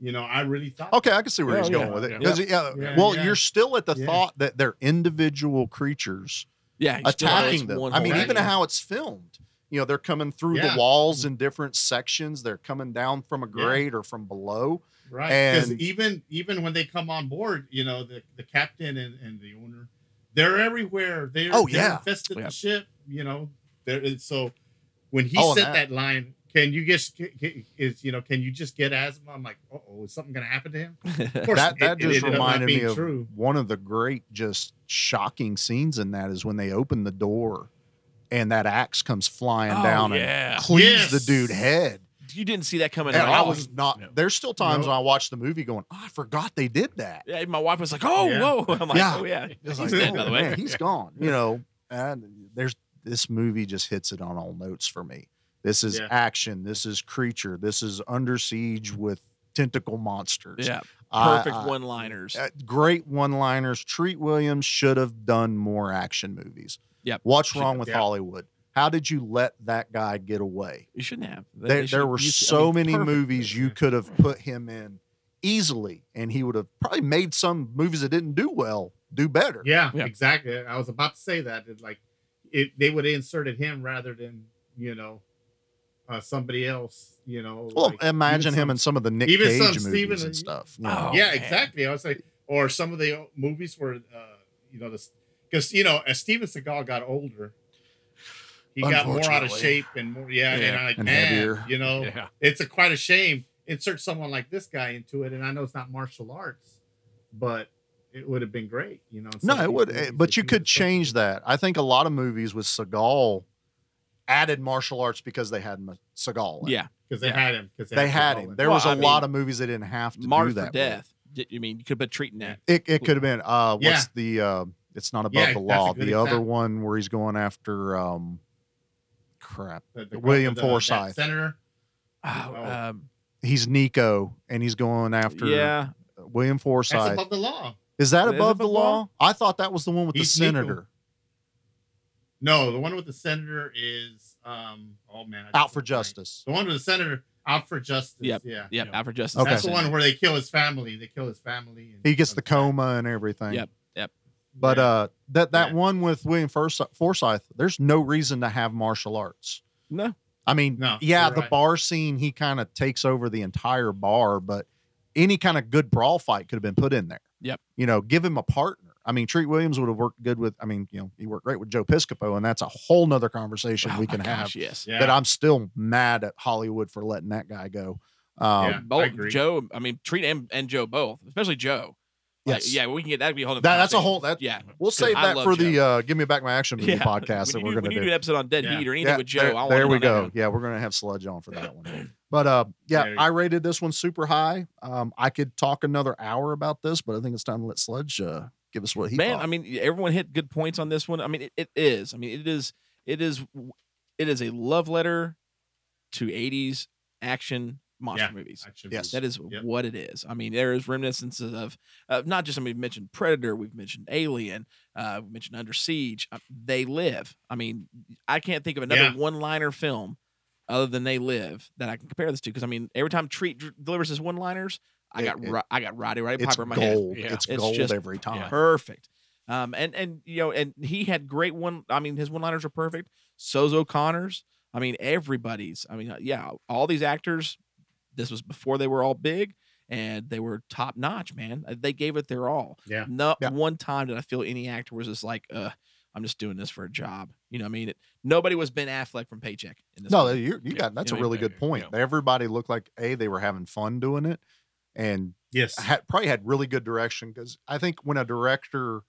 You know, I really thought. okay, I can see where Yeah, he's yeah, going with it. yeah. 'Cause, yeah, Yeah, well, yeah. you're still at the Yeah. thought that they're individual creatures yeah, he's still- that's attacking them. one I mean, whole- even how it's filmed. You know, they're coming through Yeah. the walls in different sections. They're coming down from a grade or from below. Right. Because And- even even when they come on board, you know, the, the captain and, and the owner, they're everywhere. They're, Oh, they're yeah. infested Yeah. the ship, you know. There is so when he Oh, and said that- that. line, can you just ca- ca- is you know, can you just get asthma? I'm like, uh oh, is something gonna happen to him? Of course, that that it- it ended up just not reminded me being of one of the great, just shocking scenes in that is when they open the door and that axe comes flying Oh, down yeah. and cleaves the Yes. dude head. you didn't see that coming And at I all. was not. There's still times when I watch the movie going, "Oh, I forgot they did that. yeah, my wife was like, "Oh, Yeah. whoa!" I'm like, Yeah. "Oh yeah." It's He's like, dead, "Oh, by the man, way. he's gone. You know, and there's this movie just hits it on all notes for me. This is Yeah. action. This is creature. This is under siege with tentacle monsters. Yeah, I- perfect I- one-liners. Uh, great one-liners. Treat Williams should have done more action movies. Yep. What's wrong with yeah. Hollywood? How did you let that guy get away? you shouldn't have. They- There, they should there have were used- I so mean, many perfect. movies you could have put him in easily, and he would have probably made some movies that didn't do well do better. Yeah, Yeah. exactly. I was about to say that. It's like it, they would have inserted him rather than you know uh, somebody else. You know, Well, like, imagine even him some- in some of the Nick even Cage some movies Steven- and stuff. you Oh, know. yeah, man. exactly. I was like, or some of the movies where, uh, you know, this because you know, as Steven Seagal got older, he got more out of Unfortunately. shape and more, yeah. Yeah, And I'm like, and man, heavier. you know, Yeah. it's a quite a shame. Insert someone like this guy into it, and I know it's not martial arts, but it would have been great, you know. No, it would, eh, but you could change that. I think a lot of movies with Seagal added martial arts because they had Ma- Seagal. in it. Yeah, because they Yeah. had him. Because they had him. There Well, was a I mean, lot of movies they didn't have to do Marked that. for with. death. Did- You mean you could have been treating that? It, it could have been uh what's Yeah. the uh it's not above Yeah, the that's a law. good The other example. one where he's going after um crap. William Forsythe. senator. Oh, Oh. um, He's Nico and he's going after yeah, William That's Forsythe. above the law. Is that it above is the law? I thought that was the one with He's the senator. Legal. No, the one with the senator is um oh man, out for justice. Right. The one with the senator out for justice. Yep. Yeah. Yep. Out for Oh, justice. Okay. That's the one where they kill his family. They kill his family. he gets the coma back. and everything. Yep. Yep. But yeah. uh, that that yeah. one with William Forsyth, there's no reason to have martial arts. No. I mean, no, yeah, the right. bar scene, he kind of takes over the entire bar, but any kind of good brawl fight could have been put in there. Yep. You know, give him a partner. I mean, Treat Williams would have worked good with, I mean, you know, he worked great with Joe Piscopo, and that's a whole nother conversation oh we can have. gosh, Yes. Yeah. That I'm still mad at Hollywood for letting that guy go. Um, yeah, both, I Joe, I mean, Treat and, and Joe both, especially Joe. Like, yes. yeah, we can get that. Be a whole. That, that's a whole. That, yeah, we'll save that for Joe. the uh, "Give Me Back My Action" movie yeah. podcast we that we're going to do. an episode on Dead yeah. Heat or anything yeah, with Joe. There, there we go. Yeah, we're going to have Sludge on for that one. But uh, yeah, I rated this one super high. Um, I could talk another hour about this, but I think it's time to let Sludge uh, give us what he. Man, thought. I mean, everyone hit good points on this one. I mean, it, it is. I mean, it is. It is. It is a love letter to '80s action monster yeah, movies. Yes, that is yep. what it is. I mean, there is reminiscences of uh, not just. I mean, we've mentioned Predator, we've mentioned Alien, uh, we mentioned Under Siege. Uh, they live. I mean, I can't think of another yeah. one-liner film other than They Live that I can compare this to. Because I mean, every time Treat d- delivers his one-liners, I it, got it, ri- I got Roddy Roddy Piper in my gold. head. Yeah. It's, it's gold just every time. Perfect. Um, and and you know, and he had great one. I mean, his one-liners are perfect. So's O'Connor's. I mean, everybody's. I mean, uh, yeah, all these actors this was before they were all big and they were top notch, man. Uh, They gave it their all. Yeah. Not yeah. one time did I feel any actor was just like, uh, I'm just doing this for a job. You know what I mean? It, nobody was Ben Affleck from Paycheck. In this no, you, you, got that's you know a really I mean? good point. You know. Everybody looked like a they were having fun doing it, and yes, had, probably had really good direction because I think when a director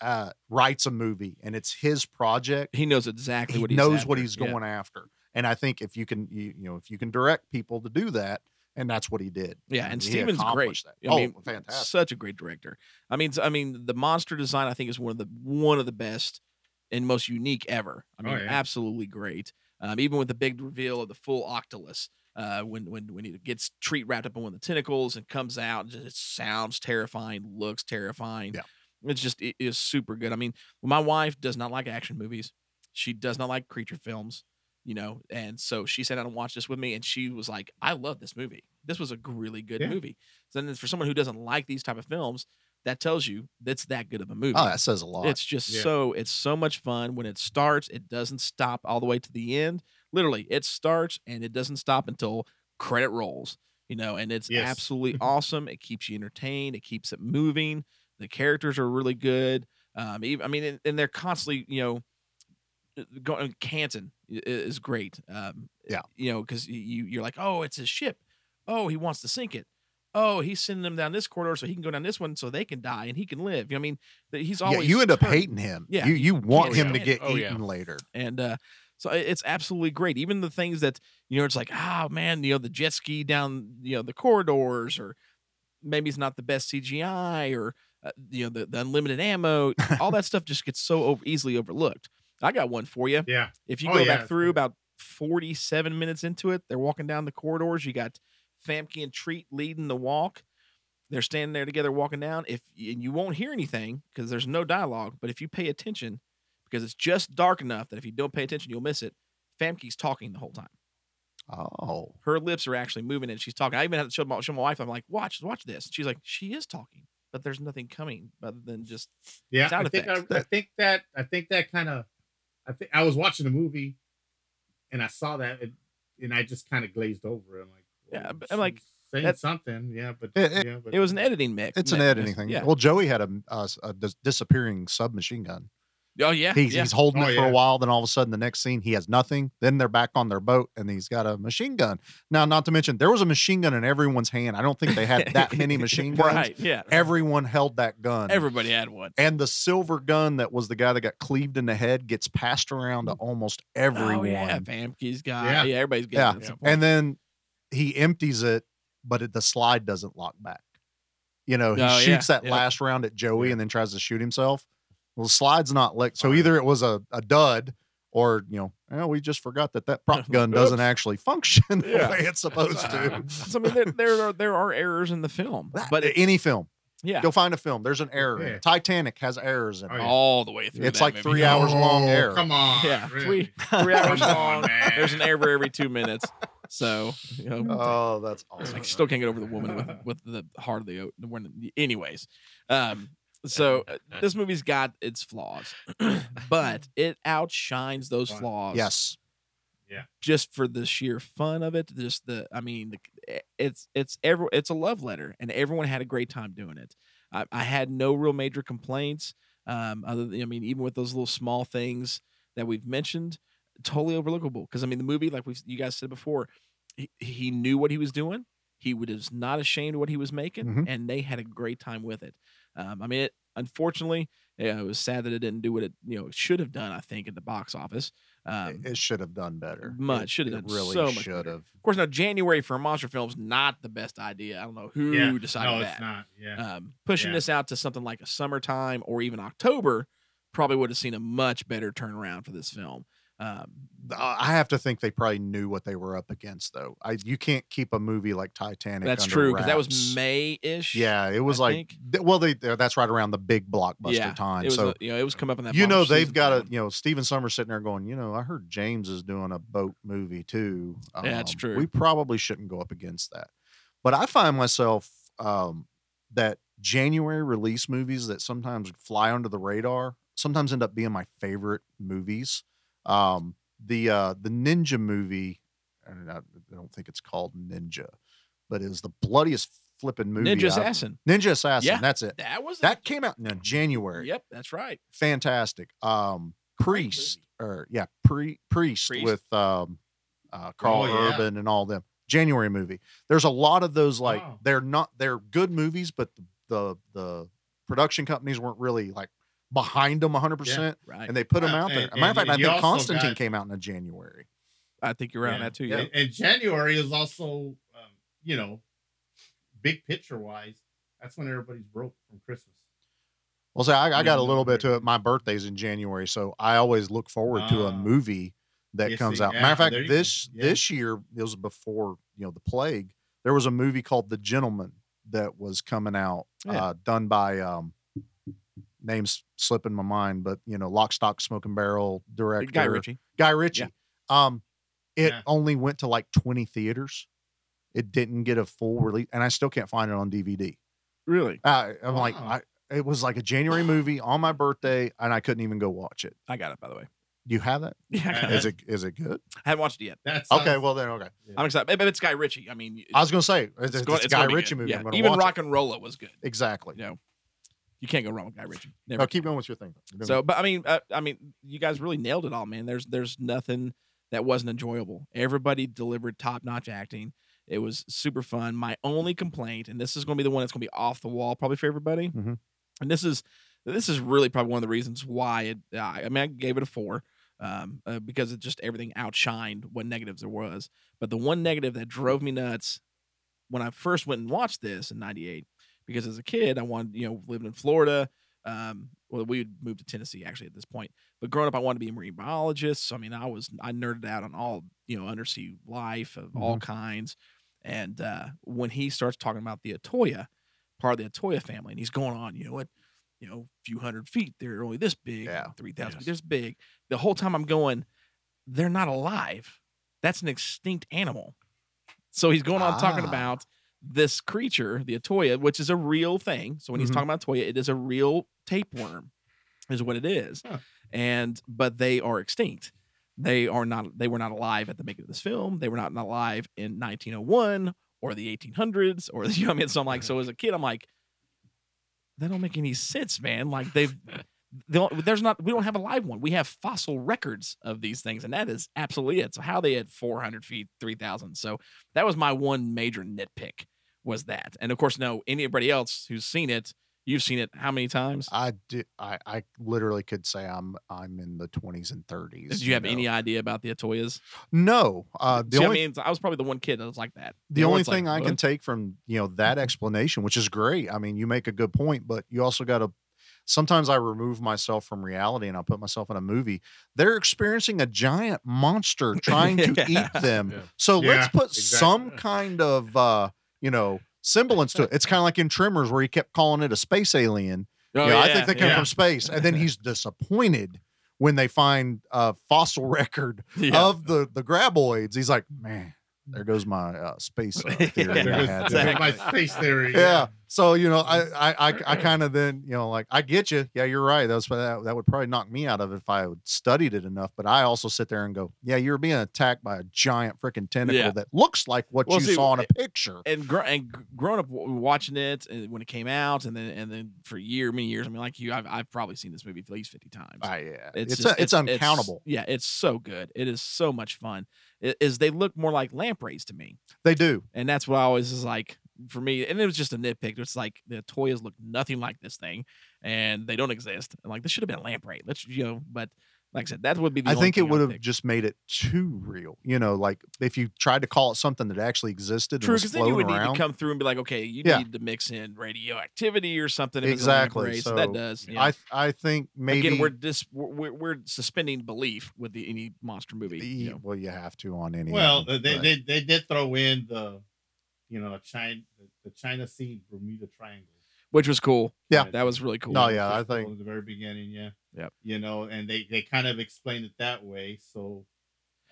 uh, writes a movie and it's his project, he knows exactly he what he knows after. what he's going yeah. after. And I think if you can, you, you, know, if you can direct people to do that, and that's what he did. Yeah, and, and Steven's great. That. I mean, oh, fantastic! Such a great director. I mean, I mean, the monster design I think is one of the one of the best and most unique ever. I mean, oh, yeah. absolutely great. Um, even with the big reveal of the full Octolus, uh, when when when he gets treat wrapped up in one of the tentacles and comes out, just, it sounds terrifying, looks terrifying. Yeah. It's just it is super good. I mean, my wife does not like action movies. She does not like creature films you know and so she sat down and watched this with me and she was like i love this movie this was a really good yeah. movie so then for someone who doesn't like these type of films that tells you that's that good of a movie oh that says a lot it's just yeah. so it's so much fun when it starts it doesn't stop all the way to the end literally it starts and it doesn't stop until credit rolls you know and it's yes. absolutely awesome it keeps you entertained it keeps it moving the characters are really good um even, i mean and, and they're constantly you know going Canton is great. Um, yeah, you know, because you you're like, oh, it's his ship. Oh, he wants to sink it. Oh, he's sending them down this corridor so he can go down this one so they can die and he can live. You know I mean, he's always yeah, you end up hurt. hating him. Yeah, you you want him to get oh, eaten yeah. later. And uh, so it's absolutely great. Even the things that you know, it's like, ah, oh, man, you know, the jet ski down you know the corridors or maybe it's not the best CGI or uh, you know the, the unlimited ammo. All that stuff just gets so over, easily overlooked. I got one for you. Yeah. If you oh, go yeah, back through about 47 minutes into it, they're walking down the corridors. You got Famke and Treat leading the walk. They're standing there together walking down. If and you won't hear anything because there's no dialogue, but if you pay attention, because it's just dark enough that if you don't pay attention, you'll miss it. Famke's talking the whole time. Oh, her lips are actually moving and she's talking. I even had to show my, show my wife. I'm like, watch, watch this. She's like, she is talking but there's nothing coming other than just yeah. I think I, I, think that I think that kind of I think I was watching the movie and I saw that and, and I just kind of glazed over it. I'm like, well, yeah, I'm like saying something, yeah, but it, it, yeah, but it was an editing mix. It's an editing thing. Oh, Yeah. Well, Joey had a, a, a disappearing submachine gun. Oh yeah, he's, yeah. he's holding oh, it for yeah. a while. Then all of a sudden, the next scene, he has nothing. Then they're back on their boat, and he's got a machine gun. Now, not to mention, there was a machine gun in everyone's hand. I don't think they had that many machine guns. right? Yeah. Everyone held that gun. Everybody had one. And the silver gun that was the guy that got cleaved in the head gets passed around to almost everyone. Oh, Mm. yeah, Famke's guy. Yeah, yeah everybody's getting. Yeah. It and then he empties it, but it, the slide doesn't lock back. You know, he oh, shoots that last round at Joey and then tries to shoot himself. Well, the slide's not licked. So either it was a, a dud or, you know, well, we just forgot that that prop gun doesn't actually function the yeah. way it's supposed to. so, I mean, there, there, are, there are errors in the film, but any film. Yeah. Go find a film. There's an error. in it. Titanic has errors in it. Oh, yeah. All the way through It's that like movie. three hours long Oh, error. come on, Yeah, really? three three hours Come long. on, man. There's an error every two minutes. So, you know, Oh, that's awesome. I still can't get over the woman with, with the heart of the oat. the one- Anyways, um, so uh, this movie's got its flaws, but it outshines those flaws. Yes. Yeah. just for the sheer fun of it. Just the, I mean, the, eh, it's it's every it's a love letter, and everyone had a great time doing it. I, I had no real major complaints. Um, other than, I mean, even with those little small things that we've mentioned, totally overlookable. Because I mean, the movie, like we you guys said before, he, he knew what he was doing. He was not ashamed of what he was making, Mhm. and they had a great time with it. Um, I mean, it, unfortunately, yeah, it was sad that it didn't do what it you know should have done. I think at the box office, um, It should have done better. much It- should it have done really so much. should better. have. Of course, now January for a monster film's not the best idea. I don't know who Yeah. decided No, that. it's not. Yeah. Um, pushing Yeah. this out to something like a summertime or even October probably would have seen a much better turnaround for this film. Um, I I have to think they probably knew what they were up against, though. I you can't keep a movie like Titanic. that's under true because that wraps. was May ish. Yeah, it was I like think. th- well, they th- that's right around the big blockbuster yeah, time. It was so a- you know it was come up in that. you know monster they've season got time. a you know Steven Summers sitting there going, you know, I heard James is doing a boat movie too. Um, Yeah, that's true. We probably shouldn't go up against that. But I find myself um, that January release movies that sometimes fly under the radar sometimes end up being my favorite movies. Um, the uh, the ninja movie, and I I don't think it's called Ninja, but is the bloodiest flipping movie. Ninja I've- Assassin. Ninja Assassin. Yeah, that's it. That was That came out in January Yep, that's right. fantastic. Um, Priest or yeah, pre Priest, Priest. with um, uh, Carl Oh, yeah. Urban and all them. January movie. There's a lot of those like Wow. they're not they're good movies, but the the, the production companies weren't really like behind them 100 percent, Right. and they put them Well, out there. and- Matter of and fact, I you think also Constantine got- came out in a January. I think you're right on Yeah. that too. And- Yeah. And January is also, um, you know, big picture wise, that's when everybody's broke from Christmas. Well, see, I, I got a Yeah. little bit to it. My birthday's in January, so I always look forward to a Ah. movie that You comes see, out. yeah, Matter of there fact, you go. this Yeah. this year it was before you know the plague. There was a movie called The Gentleman that was coming out, Yeah. uh, done by um, names slipping my mind, but you know, Lock, Stock, Smoke and Barrel director Guy Ritchie. Guy Ritchie. Um, it Yeah. only went to like twenty theaters. It didn't get a full release, and I still can't find it on DVD. Really, Uh, I'm like, Wow. I, it was like a January movie on my birthday, and I couldn't even go watch it. I got it by the way. You have it? Yeah, I, got it. Is it is it good? I haven't watched it yet. That's uh, Okay, well then, okay. I'm excited. But it's Guy Ritchie. I mean, I was gonna say Oh, it's, it's, gonna- a it's Guy gonna be Ritchie good. movie. Yeah. I'm gonna Even watch Rock and Rolla was good. it. Exactly. You know, you can't go wrong with Guy Ritchie. Never. No, keep going with your thing. You're doing So, good. but I mean, uh, I mean, you guys really nailed it all, man. There's there's nothing that wasn't enjoyable. Everybody delivered top notch acting. It was super fun. My only complaint, and this is going to be the one that's going to be off the wall probably for everybody, Mhm. and this is this is really probably one of the reasons why it. uh, I I mean, I gave it a four. Um, uh, because it just everything outshined what negatives there was. But the one negative that drove me nuts when I first went and watched this in '98, because as a kid I wanted, you know, lived in Florida. Um, well, we had moved to Tennessee actually at this point, but growing up, I wanted to be a marine biologist. So I mean, I was I nerded out on all you know undersea life of all kinds. And uh, when he starts talking about the Atoya, part of the Atoya family, and he's going on, you know what, you know, few hundred feet, they're only this big, Yeah. three thousand Yes. feet, this big. The whole time I'm going, they're not alive. That's an extinct animal. So he's going on talking Ah. about this creature, the Atoya, which is a real thing. So when he's Mhm. talking about Atoya, it is a real tapeworm, is what it is. Huh. And but they are extinct. They are not. They were not alive at the making of this film. They were not alive in 1901 or the 1800s or you know what I mean. So I'm like, so as a kid, I'm like, that don't make any sense, man. Like they've. they don't- There's not. We don't have a live one. We have fossil records of these things, and that is absolutely it. So how they at 400 feet, 3,000. So that was my one major nitpick was that. And of course, no, anybody else who's seen it, you've seen it how many times? I did. I I literally could say I'm I'm in the 20s and 30s. Did you have know. any idea about the Atoyas? No. Uh, the See, only I mean, I was probably the one kid that was like that. the You know, only it's like, thing I can what? Mm-hmm. take from you know that explanation, which is great. I mean, you make a good point, but you also got to. Sometimes I remove myself from reality and I put myself in a movie. They're experiencing a giant monster trying to Yeah. eat them. Yeah. So Yeah, let's put exactly. some kind of uh, you know semblance to it. It's kind of like in Tremors where he kept calling it a space alien. Oh, you know, yeah, I think they come yeah. from space, and then he's disappointed when they find a fossil record yeah. of the the graboids. He's like, man. There goes my uh, space uh, theory. yeah, exactly. My space theory. Yeah. So you know, I I I, I kind of then you know like I get you. Yeah, you're right. That's that that would probably knock me out of it if I studied it enough. But I also sit there and go, yeah, you're being attacked by a giant freaking tentacle yeah. that looks like what well, you see, saw in a picture. And gr- and growing up watching it and when it came out, and then and then for year many years, I mean, like you, I've, I've probably seen this movie at least fifty times. Oh, yeah, it's it's, just, a, it's, it's uncountable. It's, yeah, it's so good. It is so much fun. It, is they look more like lampreys to me. They do, and that's what I always is like for me, and it was just a nitpick. It's like the toys look nothing like this thing, and they don't exist. And like this should have been a lamprey. Let's you know, but like I said, that would be. I think it would have just made it too real. You know, like if you tried to call it something that actually existed. True, because then you would around. need to come through and be like, okay, you yeah. need to mix in radioactivity or something. exactly. So, so, that does. Yeah. I I think maybe again we're dis we're, we're suspending belief with the any monster movie. The, you know? e, Well, you have to on any. Well, one, they, but. they they did throw in the you know, China, the China Sea Bermuda Triangle, which was cool. Yeah, that was really cool. No, yeah, First I think at the very beginning, yeah, yeah, you know, and they they kind of explained it that way. So,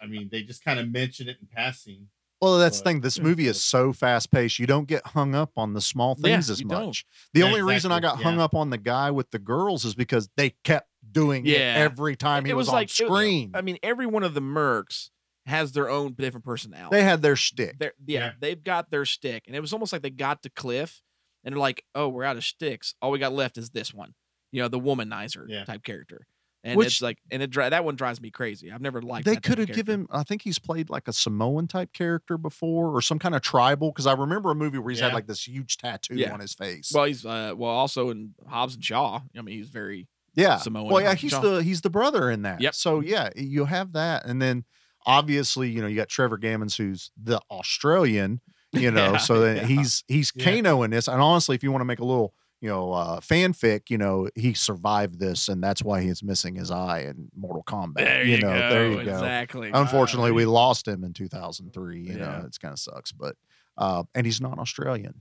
I mean, they just kind of mentioned it in passing. Well, that's but, the thing. This movie is so fast paced. You don't get hung up on the small things yeah, as much. Don't. The yeah, only exactly. reason I got yeah. hung up on the guy with the girls is because they kept doing it every time he it was, was like, on screen. It, I mean, every one of the mercs has their own different personality. They had their shtick. Yeah, yeah, they've got their shtick. And it was almost like they got to Cliff and they're like, oh, we're out of shticks. All we got left is this one, you know, the womanizer yeah. type character. And Which, it's like, and it that one drives me crazy. I've never liked. They could have given. I think he's played like a Samoan type character before, or some kind of tribal. Because I remember a movie where he's yeah. had like this huge tattoo yeah. on his face. Well, he's uh, well also in Hobbs and Shaw. I mean, he's very yeah Samoan. Well, yeah, he's Shaw. the he's the brother in that. Yep. So yeah, you have that, and then obviously, you know, you got Trevor Gammons, who's the Australian, you know, yeah, so that yeah. he's he's Kano yeah. in this. And honestly, if you want to make a little, you know, uh, fanfic, you know, he survived this, and that's why he's missing his eye in Mortal Kombat. There you, you know, go. there you go. Exactly. Unfortunately, wow. we lost him in 2003. You know, it's kind of sucks, but uh, and he's not Australian.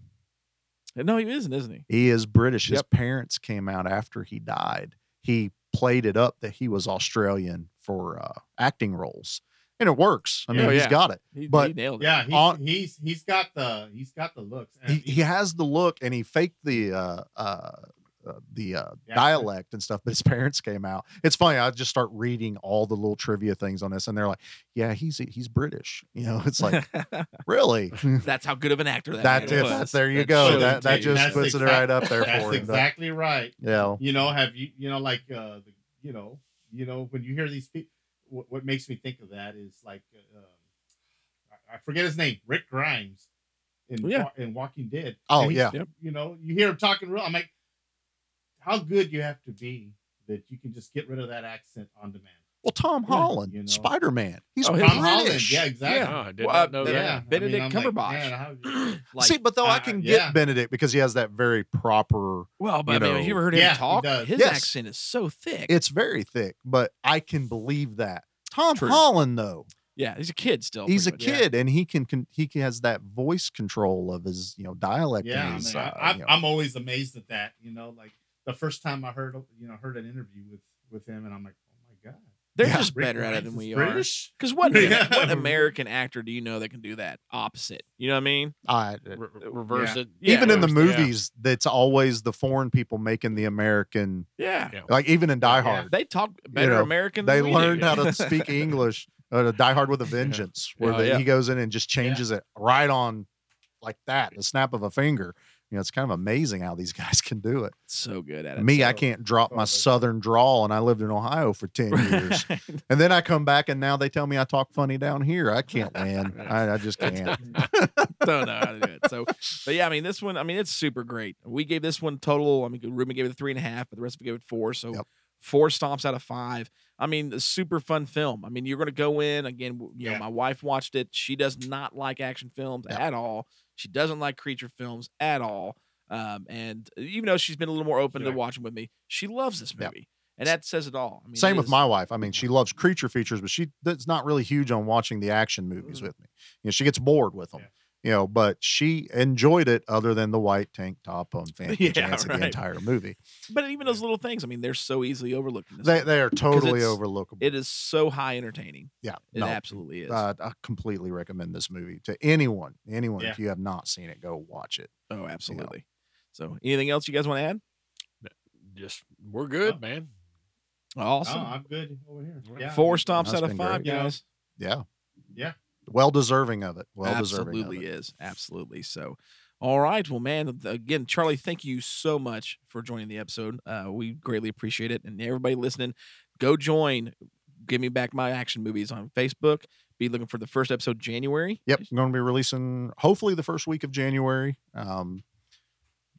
Uh, No, he isn't, isn't he? He is British. His yep. parents came out after he died. He played it up that he was Australian for uh, acting roles and it works. I mean, Oh, yeah, he's yeah. got it. He, but he nailed it. Yeah, he's, on, he's, he's got the he's got the looks. He, he, has the look, and he faked the uh, uh, the uh, yeah. dialect and stuff. But his parents came out. It's funny. I just start reading all the little trivia things on this, and they're like, "Yeah, he's he's British." You know, it's like, really? that's how good of an actor that that's it. That's, there you that's go. That that just that's puts exact, it right up there that's for him. Exactly though. right. Yeah. You know, have you you know like uh, the, you know you know when you hear these people what, makes me think of that is like uh, I, forget his name, Rick Grimes, in yeah. Wa- in Walking Dead. Oh yeah, you know you hear him talking real. I'm like, how good you have to be that you can just get rid of that accent on demand. Well, Tom Holland, yeah, you know? Spider Man. He's oh, Tom Holland. Yeah, exactly. Yeah. Oh, I did well, know that. Yeah. Benedict I mean, Cumberbatch. Like, man, like, See, but though uh, I can get yeah. Benedict because he has that very proper. Well, but you, know, I mean, you ever heard him talk? He His yes. accent is so thick. It's very thick, but I can believe that. Tom True. Holland, though. Yeah, he's a kid still. He's a much. kid, and he can, can, he has that voice control of his you know dialect. Yeah, his, I mean, uh, you know. I'm always amazed at that. You know, like the first time I heard you know heard an interview with with him, and I'm like, "Oh they're yeah, just better at it than we British? are. Because what yeah. what American actor do you know that can do that opposite? You know what I mean? Uh, Re- reverse yeah. it. even in the movies, that's always the foreign people making the American. Yeah. Like even in Die Hard, they talk better you know, American. they we learned do. how to speak English. Uh, Die Hard with a Vengeance, where oh, the, he goes in and just changes it right on, like that, the snap of a finger. You know, it's kind of amazing how these guys can do it. So good at it. Me, so, I can't drop so my southern drawl, and I lived in Ohio for 10 years. and then I come back, and now they tell me I talk funny down here. I can't land. I, I, just can't. Don't know how to do it. So, but yeah, I mean, this one, I mean, it's super great. We gave this one total, I mean, Ruben gave it three and a half, but the rest of it gave it four. So, yep. four stomps out of five. I mean, a super fun film. I mean, you're going to go in again. You yeah. know, my wife watched it. She does not like action films yep. at all. She doesn't like creature films at all. Um, and even though she's been a little more open sure. to watching with me, she loves this movie. Yep. And that says it all. I mean, Same with is. my wife. I mean, she loves Mm. creature features, but she that's not really huge on watching the action movies with me. You know, she gets bored with them. Yeah. you know, but she enjoyed it other than the white tank top on Fancy Yeah, Chance right. the entire movie. But even those little things, I mean, they're so easily overlooked. in this They, movie. they are 'Cause totally it's- overlookable. It is so high entertaining. Yeah, It no, absolutely is. uh, I completely recommend this movie to anyone. Anyone, if Yeah. you have not seen it, go watch it. oh, absolutely. So, anything else you guys want to add? Just we're good, man. Awesome. No, Oh, I'm good over here. Yeah. Four I'm good. stomps That's out of been five, great. guys. Yeah, Yeah. well deserving of it. Well deserving. Of absolutely it. is. Absolutely. So, all right. Well, man, again, Charlie, thank you so much for joining the episode. Uh, we greatly appreciate it. And everybody listening, go join Give Me Back My Action Movies on Facebook. Be looking for the first episode January. Yep, I'm going to be releasing hopefully the first week of January. Um,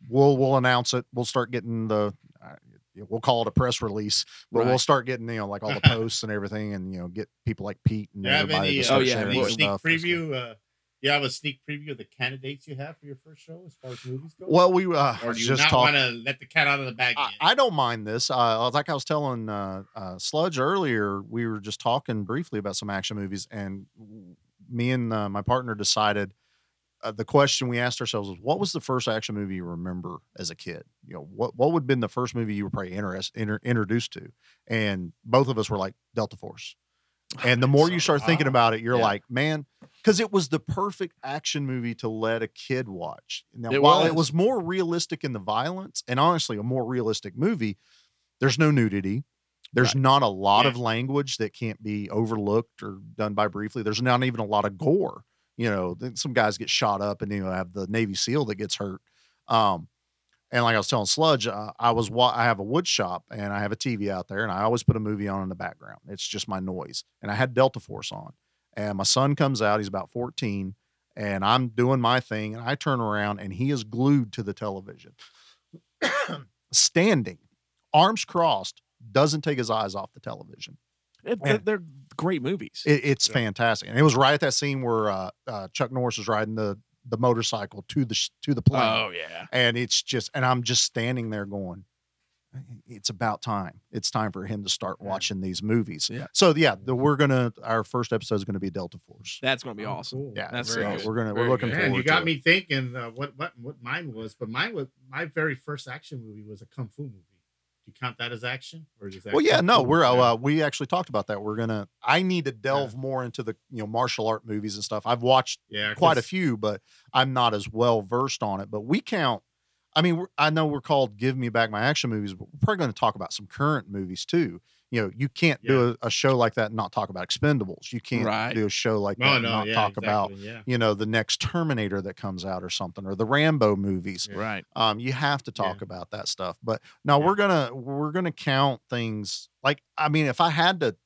we'll we'll announce it. We'll start getting the uh, we'll call it a press release, but we'll Right. start getting you know like all the posts and everything, and you know get people like Pete and Do you have everybody. any, to uh, start Oh, sharing any their sneak stuff. preview? Uh, do you have a sneak preview of the candidates you have for your first show as far as movies go? Well, we uh, or do you just not talked. want to let the cat out of the bag yet? I don't mind this. Uh, like I was telling uh, uh, Sludge earlier, we were just talking briefly about some action movies, and w- me and uh, my partner decided uh, the question we asked ourselves was, "What was the first action movie you remember as a kid? You know, what what would have been the first movie you were probably interest, inter, introduced to?" And both of us were like Delta Force. Oh, And the more you start thinking about it, you're Yeah. like, man, because it was the perfect action movie to let a kid watch. Now, It while it was. was more realistic in the violence, and honestly, a more realistic movie, there's no nudity. There's not a lot of language that can't be overlooked or done by briefly. There's not even a lot of gore. You know, then some guys get shot up, and you know, have the Navy SEAL that gets hurt. Um, and like I was telling Sludge, uh, I was wa- I have a wood shop and I have a TV out there, and I always put a movie on in the background. It's just my noise. And I had Delta Force on, and my son comes out. He's about fourteen, and I'm doing my thing, and I turn around, and he is glued to the television, standing, arms crossed, doesn't take his eyes off the television. It- they're, they're great movies. It, it's fantastic, and it was right at that scene where uh, uh, Chuck Norris is riding the the motorcycle to the sh- to the plane oh, yeah. and it's just and i'm just standing there going it's about time it's time for him to start watching these movies Yeah. so yeah the, we're gonna our first episode is gonna be delta force That's going to be awesome. yeah That's so very good. we're gonna Very we're looking good. forward Man, you got to me thinking uh, what what what mine was, but mine was my very first action movie was a kung fu movie. Do you count that as action, or is it. that? well yeah kung no fu? we're Yeah. uh, we actually talked about that we're gonna i need to delve more into the you know martial art movies and stuff i've watched Yeah, quite a 'cause- few but i'm not as well versed on it but we count i mean we're, i know we're called give me back my action movies but we're probably going to talk about some current movies too you know you can't do a, a show like that and not talk about expendables you can't Right. do a show like No, that and Oh, no, not yeah, talk about exactly, yeah. you know the next terminator that comes out or something or the rambo movies Right. um you have to talk about that stuff but no we're gonna we're gonna count things like i mean if i had to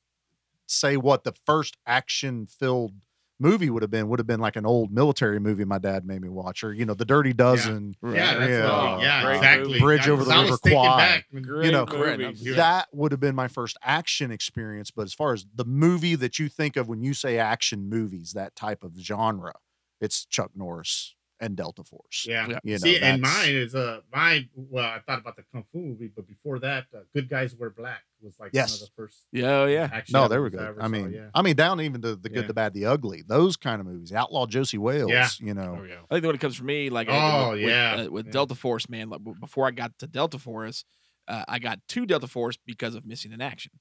say what the first action filled movie would have been would have been like an old military movie my dad made me watch or you know the dirty dozen Yeah, that's what- yeah, uh, exactly. bridge I- over the 'cause I was river thinking quad back, you great know movies. Yeah. that would have been my first action experience but as far as the movie that you think of when you say action movies that type of genre it's chuck norris and delta force Yeah. you know, See, and that's- mine is uh mine. Well, I thought about the kung fu movie, but before that, uh, Good Guys Wear Black was like one Yes. of the first. Yeah, oh, yeah. action No, they were movies good. ever I saw, mean, yeah. I mean, down even to the good, Yeah. the bad, the ugly. Those kind of movies. Outlaw Josie Wales. You Oh, know. I think when it comes for me, like Oh, with, yeah. with, uh, with Delta Force, man. Like w- before I got to Delta Force, uh, I got to Delta Force because of missing in action.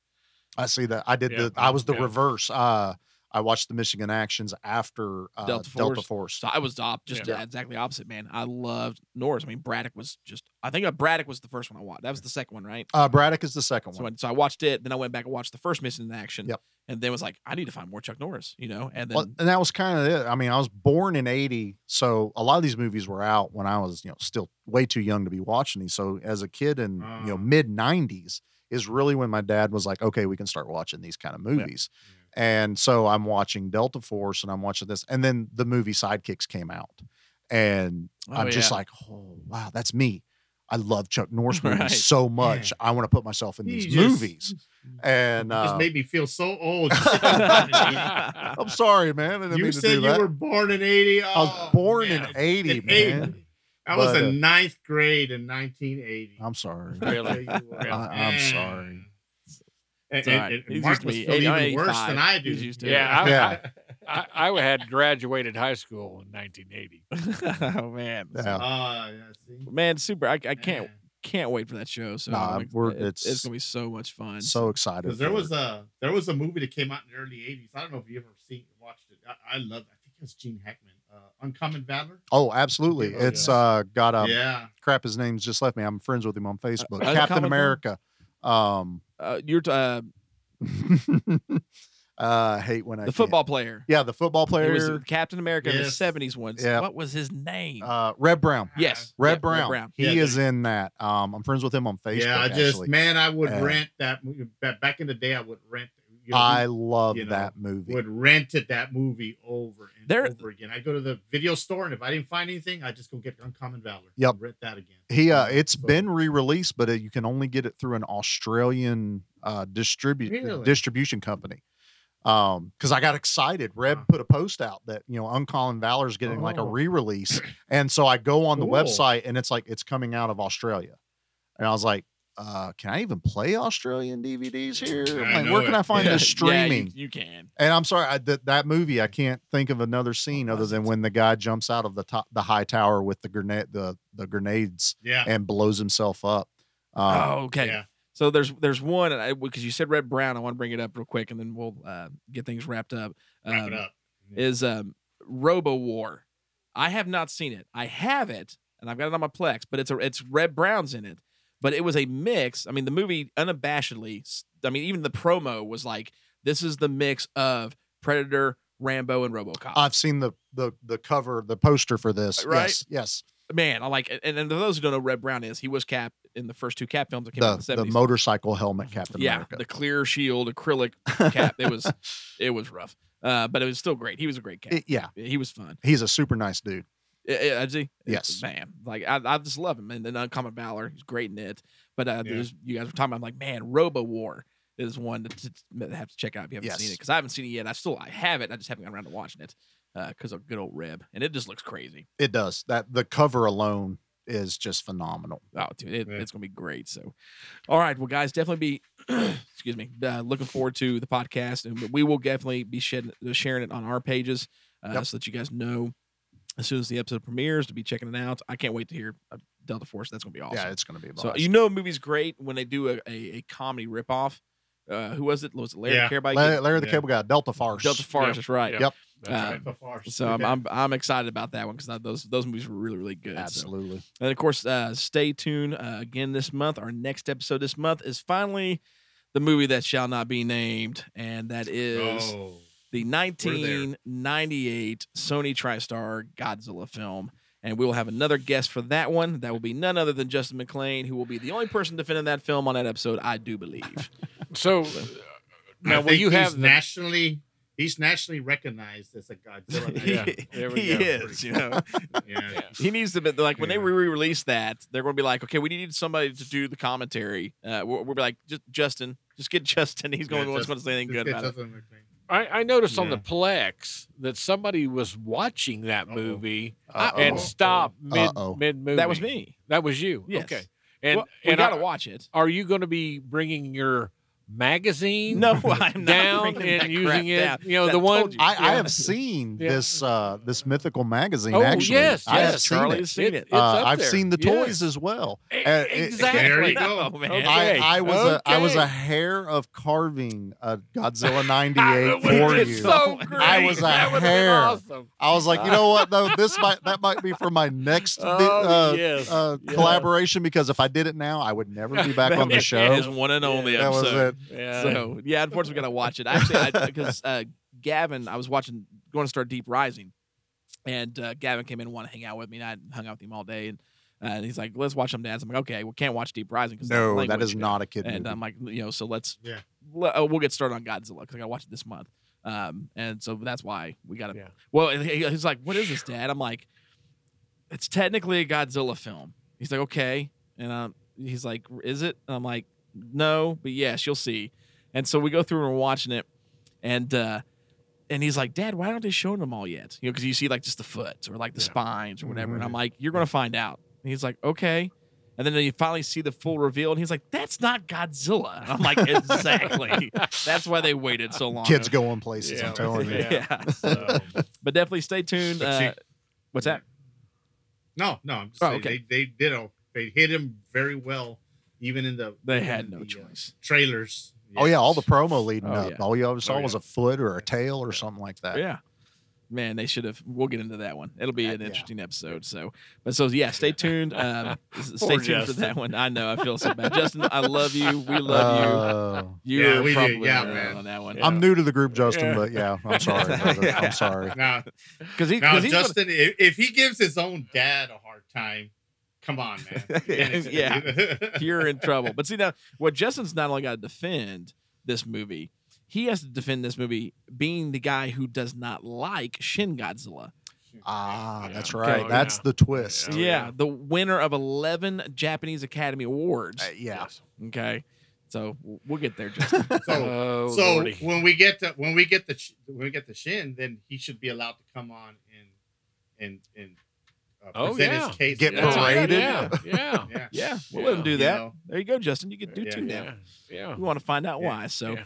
I see that. I did Yeah. the. I was the Yeah. reverse. Uh, I watched the Michigan actions after uh, Delta Delta, Force. Force. So I was the op- just Yeah. the exactly opposite, man. I loved Norris. I mean, Braddock was just. I think uh, Braddock was the first one I watched. That was the second one, right? Uh, Braddock is the second So I, one. so I watched it. Then I went back and watched the first missing in action. Yep. And then was like, I need to find more Chuck Norris, you know. And then Well, and that was kind of it. I mean, I was born in '80, so a lot of these movies were out when I was, you know, still way too young to be watching these. So as a kid in you Ah. know mid '90s is really when my dad was like, "Okay, we can start watching these kind of movies." And so I'm watching Delta Force, and I'm watching this, and then the movie Sidekicks came out, and Oh, I'm just yeah. like, "Oh wow, that's me." I love Chuck Norris movies Right. so much. I want to put myself in He these just- movies, and It just uh, made me feel so old. I'm sorry, man. I didn't you mean to do said you that. were born in '80. I was born in '80, Oh, in man. 80. I was But, uh, in ninth grade in 1980. I'm sorry. Really? I, am sorry. And, It's all and- right. and He's Mark used must to be feel even 80, worse than 85. I do. He's used to it. Yeah, I, Yeah. I- I, I had graduated high school in 1980. oh man, yeah. Uh, yeah, see? man, super! I, I can't can't wait for that show. So Nah, like, we're- it- it's- gonna be so much fun. So excited. Because there for was it. a there was a movie that came out in the early '80s. I don't know if you ever seen watched it. I, I loved. I think it was Gene Hackman. Uh, Uncommon Valor. Oh, absolutely. Oh, it's yeah. uh got a yeah. crap his name's just left me. I'm friends with him on Facebook. uh, Comic Captain Con? America. Um uh, you're t- uh, uh I hate when I the can't- football player. Yeah, the football It player was Captain America in the Yes. '70s once. Yeah. What was his name? uh Red Brown. yes, Red, yeah, Red Brown. Brown. He Yeah, is in that. Um I'm friends with him on Facebook. yeah, I just actually. man, I would Yeah. rent that movie. Ba- Back in the day, I would rent. you know, I we love you know, that movie. would rented that movie over and There- over again. I would go to the video store, and if I didn't find anything, I would just go get Uncommon Valor. Yep. and rent that again. He uh it's So- been re-released, but uh you can only get it through an Australian uh distribu- Really? distribution company. Um, because I got excited. Reb put a post out that you know Uncommon Valor's getting like a Oh. re-release, and so I go on the Cool. website and it's like it's coming out of Australia, and I was like, uh, can I even play Australian DVDs here? I Like, know where can it. I find Yeah, this streaming? you- you, can. and I'm sorry, I, that that movie I can't think of another scene other than when the guy jumps out of the top the high tower with the grenade the the grenades Yeah. and blows himself up. Um, Oh, okay. Yeah. So there's there's one and I because you said Red Brown, I want to bring it up real quick and then we'll uh, get things wrapped up. Wrap it Um, up. Is um, Robo War. I have not seen it. I have it and I've got it on my Plex, but it's a it's Red Brown's in it. But it was a mix. I mean, the movie unabashedly. s- I mean, even the promo was like, "This is the mix of Predator, Rambo, and RoboCop." I've seen the the the cover the poster for this. Right? Yes, yes. Man, I like. And, and for those who don't know, Red Brown is he was Cap in the first two Cap films that came out in the, the the seventies. motorcycle helmet Captain yeah, America. the clear shield acrylic cap. It was it was rough, uh, but it was still great. He was a great cap. It- yeah, he was fun. he's a super nice dude. I- I- I see. Yes. man. Like I, I just love him and then Uncommon Valor. He's great in it. But uh, Yeah. there's you guys were talking about. I'm like, man, Robo War is one that to, to have to check out if you haven't seen Yes. it because I haven't seen it yet. I still I have it. I just haven't gotten around to watching it because of good old Reb, and it just looks crazy. It does that. The cover alone is just phenomenal. Oh, dude, it, Yeah. it's gonna be great. So, all right, well, guys, definitely be excuse me, uh, looking forward to the podcast, and we will definitely be shedding, sharing it on our pages uh, Yep. so that you guys know as soon as the episode premieres to be checking it out. I can't wait to hear uh, Delta Force. That's gonna be awesome. Yeah, it's gonna be. so Awesome. you know, a movie's great when they do a a, a comedy ripoff. Uh, who was it? Was it Larry Yeah. Caraby? Larry, Larry the Yeah. Cable Guy, Delta Farce. Delta Force. That's right. Yep. Uh, Right before- So I'm, I'm I'm excited about that one because those those movies were really really good. So- Absolutely. and of course, uh, stay tuned uh, again this month. Our next episode this month is finally the movie that shall not be named, and that is Oh, the 1998 Sony TriStar Godzilla film. And we will have another guest for that one. That will be none other than Justin McLean, who will be the only person defending that film on that episode, I do believe. So uh, now, I will think you he's have the, nationally? He's nationally recognized as a Godzilla. yeah, yeah. there we he go. is, you know. yeah. He needs to be like when they re-release that, they're going to be like, okay, we need somebody to do the commentary. Uh, we'll, we'll be like, just Justin, just get Justin. He's going to Yeah, what's just- going to say anything Just good get about it. something like that. I, I noticed on the Yeah. Plex that somebody was watching that Uh-oh. movie Uh-oh. and stopped mid Uh-oh. mid movie. That was me. That was you. Yes. Okay. And well, we and got to I- watch it. are you going to be bringing your magazine? No, I'm not down bringing that and using crap it. down. You know That the one. told you. I, I yeah. have seen Yeah. this uh, this mythical magazine. Oh, actually, yes, I have yes, seen Charlie it. has seen it. It's Uh, up I've there. seen the Yes. toys as well. E- And it- exactly. There you go. Oh, man. Okay. I, I was a I was a Okay. hair of carving a Godzilla I '98 would've for been you. So great. I was a That would've been hair. Awesome. I was like, you know what though, this might that might be for my next vi- Oh, uh, yes, uh, yes. collaboration because if I did it now, I would never be back on the His show. one and only That was episode. it. Yeah. So yeah, unfortunately, we gotta watch it. Actually, because uh, Gavin, I was watching, going to start Deep Rising, and uh, Gavin came in and wanted to hang out with me, and I hung out with him all day, and, uh, and he's like, "Let's watch some dads." I'm like, "Okay, we can't watch Deep Rising because No, that is not a kid And movie. I'm like, you know, so let's Yeah. le- uh, we'll get started on Godzilla because I gotta watch it this month. Um, and so that's why we gotta. Yeah. Well, and he- he's like, "What is this, Dad?" I'm like, "It's technically a Godzilla film." He's like, "Okay," and um, he's like, "Is it?" And I'm like, "No, but yes, you'll see." And so we go through and we're watching it, and uh, and he's like, Dad, why aren't they showing them all yet? You know, because you see like just the foot or like the spines or whatever. And I'm like, You're gonna find out. And he's like, Okay. And then you finally see the full reveal, and he's like, "That's not Godzilla." And I'm like, "Exactly. That's why they waited so long." Kids going places. Yeah, I'm telling you. Yeah. yeah so. but definitely stay tuned. Uh, what's that? No, no. I'm just oh, saying okay. they, they did. A, they hit him very well, even in the. They had no the, choice. Uh, trailers. Yes. Oh yeah, all the promo leading oh, up. Yeah. All you ever saw oh, was a foot or a tail or something like that. Yeah man, they should have. We'll get into that one. It'll be an yeah. interesting episode. So, but so yeah, stay tuned. Um, stay tuned Justin. for that one. I know I feel so bad, Justin. I love you. We love you. You yeah, we probably do. Yeah, man. on that one. Uh, Um, I'm new to the group, Justin, but yeah, I'm sorry. yeah. I'm sorry. Nah, because he, nah, Justin, gonna... if he gives his own dad a hard time. Come on, man. yeah, you're in trouble. But see now, what Justin's not only got to defend this movie, he has to defend this movie being the guy who does not like Shin Godzilla. Ah, that's right. Okay. That's yeah. the twist. Yeah. Oh, yeah, the winner of 11 Japanese Academy Awards. Uh, yeah. Okay. So we'll get there, Justin. so, oh, so Lordy. when we get to when we get the when we get the Shin, then he should be allowed to come on and and and uh, oh, yeah. Get yeah. paraded. Yeah. Yeah. yeah. yeah. We'll let him do that. You know? There you go, Justin. You could do two now. Yeah. We want to find out why. So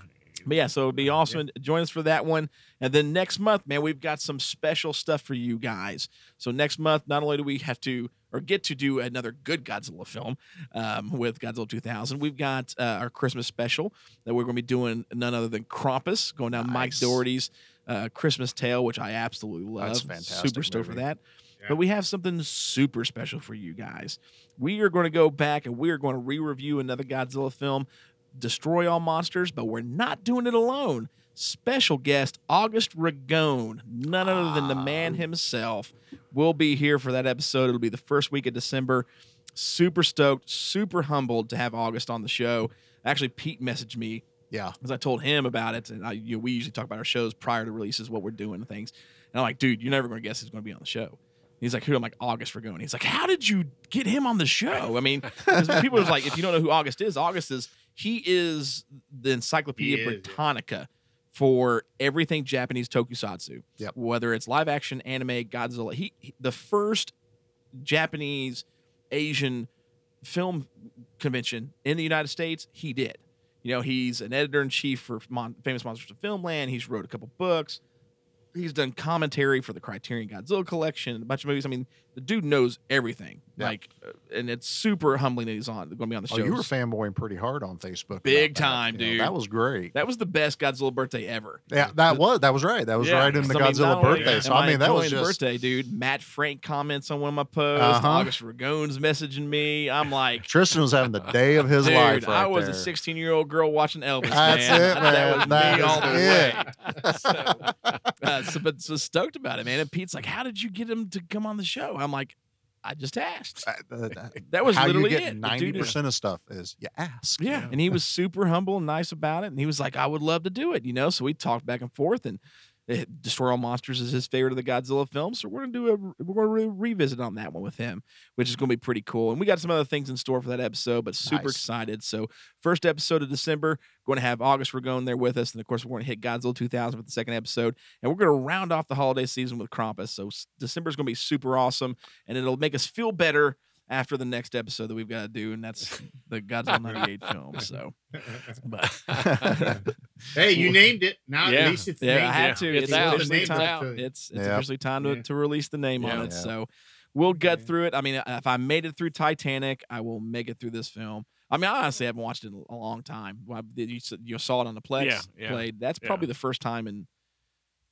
but yeah, so it'll be awesome. Yeah. Join us for that one. And then next month, man, we've got some special stuff for you guys. So next month, not only do we have to or get to do another good Godzilla film um, with Godzilla 2000, we've got uh, our Christmas special that we're going to be doing none other than Krampus, going down nice. Mike Doherty's uh, Christmas Tale, which I absolutely love. That's fantastic. Super stoked for that. Yeah. But we have something super special for you guys. We are going to go back and we are going to re review another Godzilla film destroy all monsters, but we're not doing it alone. Special guest August Ragone, none other than the man himself, will be here for that episode. It'll be the first week of December. Super stoked, super humbled to have August on the show. Actually, Pete messaged me. Yeah, because I told him about it, and I, you know, we usually talk about our shows prior to releases, what we're doing, and things. And I'm like, dude, you're never going to guess who's going to be on the show. He's like, who? I'm like, August Ragone. He's like, how did you get him on the show? I mean, people are like, if you don't know who August is, August is he is the Encyclopedia is, Britannica yeah. for everything Japanese tokusatsu. Yep. Whether it's live action, anime, Godzilla, he, he, the first Japanese Asian film convention in the United States, he did. You know, he's an editor in chief for Mon- Famous Monsters of Filmland. He's wrote a couple books. He's done commentary for the Criterion Godzilla collection, a bunch of movies. I mean, the dude knows everything. Yeah. Like, and it's super humbling that he's on going to be on the show. Oh, you were fanboying pretty hard on Facebook, big time, that. dude. You know, that was great. That was the best Godzilla birthday ever. Yeah, that was that was right. That was yeah, right in the Godzilla I mean, birthday. Yeah. So I mean, that was just birthday, dude. Matt Frank comments on one of my posts. Uh-huh. August Ragone's messaging me. I'm like, Tristan was having the day of his dude, life. Right I was there. a 16 year old girl watching Elvis. That's man. it, man. that was that me all the way. so, uh, so, but so stoked about it, man. And Pete's like, "How did you get him to come on the show?" I'm like. I just asked. That was Uh, How literally it. Ninety percent of stuff is you ask. Yeah, you know? and he was super humble and nice about it, and he was like, "I would love to do it," you know. So we talked back and forth, and it, Eh, Destroy All Monsters is his favorite of the Godzilla films, so we're gonna do a we're gonna re- revisit on that one with him, which is gonna be pretty cool. And we got some other things in store for that episode, but super nice. excited. So first episode of December, going to have August Ragone there with us, and of course we're going to hit Godzilla 2000 with the second episode, and we're going to round off the holiday season with Krampus. So December is going to be super awesome, and it'll make us feel better after the next episode that we've got to do, and that's the Godzilla 98 film. So, but hey, you named it. Now yeah. at least it's yeah, named. I had to. It's, it's officially time. It. It's, it's yeah. officially time to, yeah. to release the name on it. So. We'll gut through it. I mean, uh, if I made it through Titanic, I will make it through this film. I mean, I honestly haven't watched it in a long time. You, you saw it on the Plex yeah, yeah, played. That's probably yeah. the first time in,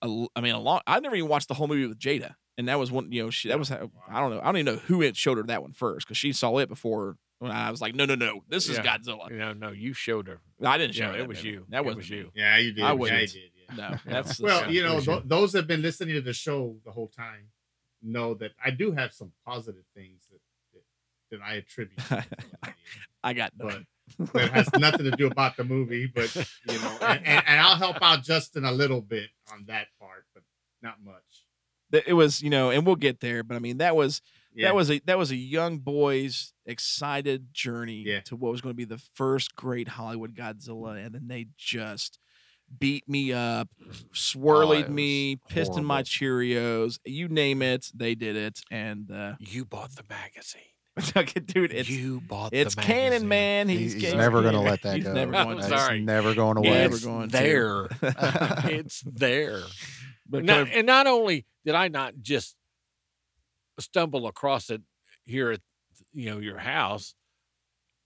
a, I mean, a long. I never even watched the whole movie with Jada, and that was one. You know, she that was. I don't know. I don't even know who it showed her that one first because she saw it before. When I was like, no, no, no, this is Godzilla. No, no, you showed her. I didn't show it. It was baby. you. That was, was you. Me. Yeah, you did. I was. Yeah, I did. No, that's well, you know, th- those have been listening to the show the whole time know that I do have some positive things that that I attribute. I got none. But that has nothing to do about the movie, but you know, and, and, and, I'll help out Justin a little bit on that part, but not much. It was, you know, and we'll get there, but I mean, that was yeah. that was a that was a young boy's excited journey yeah. to what was going to be the first great Hollywood Godzilla, and then they just beat me up, swirled oh, me, pissed horrible. in my Cheerios, you name it, they did it, and uh, you bought the magazine. Okay, dude, it's you bought it's the magazine. canon, man. He's, He's never going gonna let that He's go. Never going That's to. never going away. Never It's going to. there. it's there. But Not- Cliff- and not only did I not just stumble across it here at you know your house,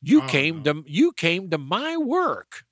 you Oh, came to you came to my work.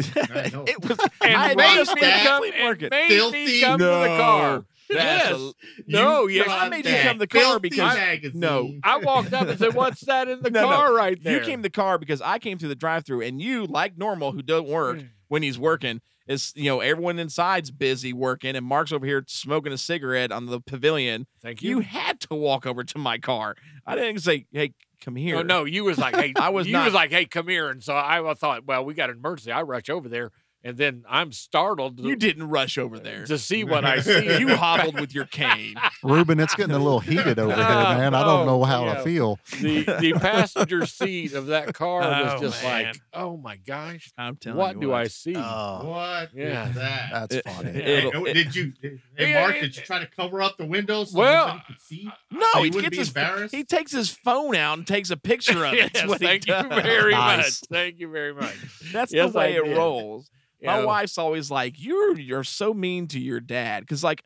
I know. It was And I had made just me been to come- Fleet and Market. made Filthy- me come to the No. car. That's yes. a- no, You yes. I got made you that come to the car filthy because magazine. no, I walked up and said, "What's that in the No, no. car right there?" You came to the car because I came through the drive-through, and you, like normal, who don't work Mm. when he's working, is you know everyone inside's busy working, and Mark's over here smoking a cigarette on the pavilion. Thank You had to walk over to my car. I didn't say, "Hey, come here." Oh no, you was like, hey, I was you not- was like, hey, come here, and so I thought, well, we got an emergency. I rush over there, and then I'm startled you didn't rush over there. to see what I see. you hobbled with your cane. Ruben, it's getting a little heated over here, Ah, man. I Oh, don't no, know how yeah. I feel. the the passenger seat of that car Oh, was just man. like, oh my gosh, I'm telling what you do what. I see? Oh, What Yeah. is that? that's It- funny. it- it'll- Hey, it- did you, did, hey, Yeah, Mark, it- did you try to cover up the window so Well, nobody could see? No, So you oh, he wouldn't gets be his embarrassed? he takes his phone out and takes a picture of it. Yes, That's what he thank you does. very Nice. much. Thank you very much. That's Yes, the I way it did. rolls. You My know, wife's always like, "You're you're so mean to your dad," because like,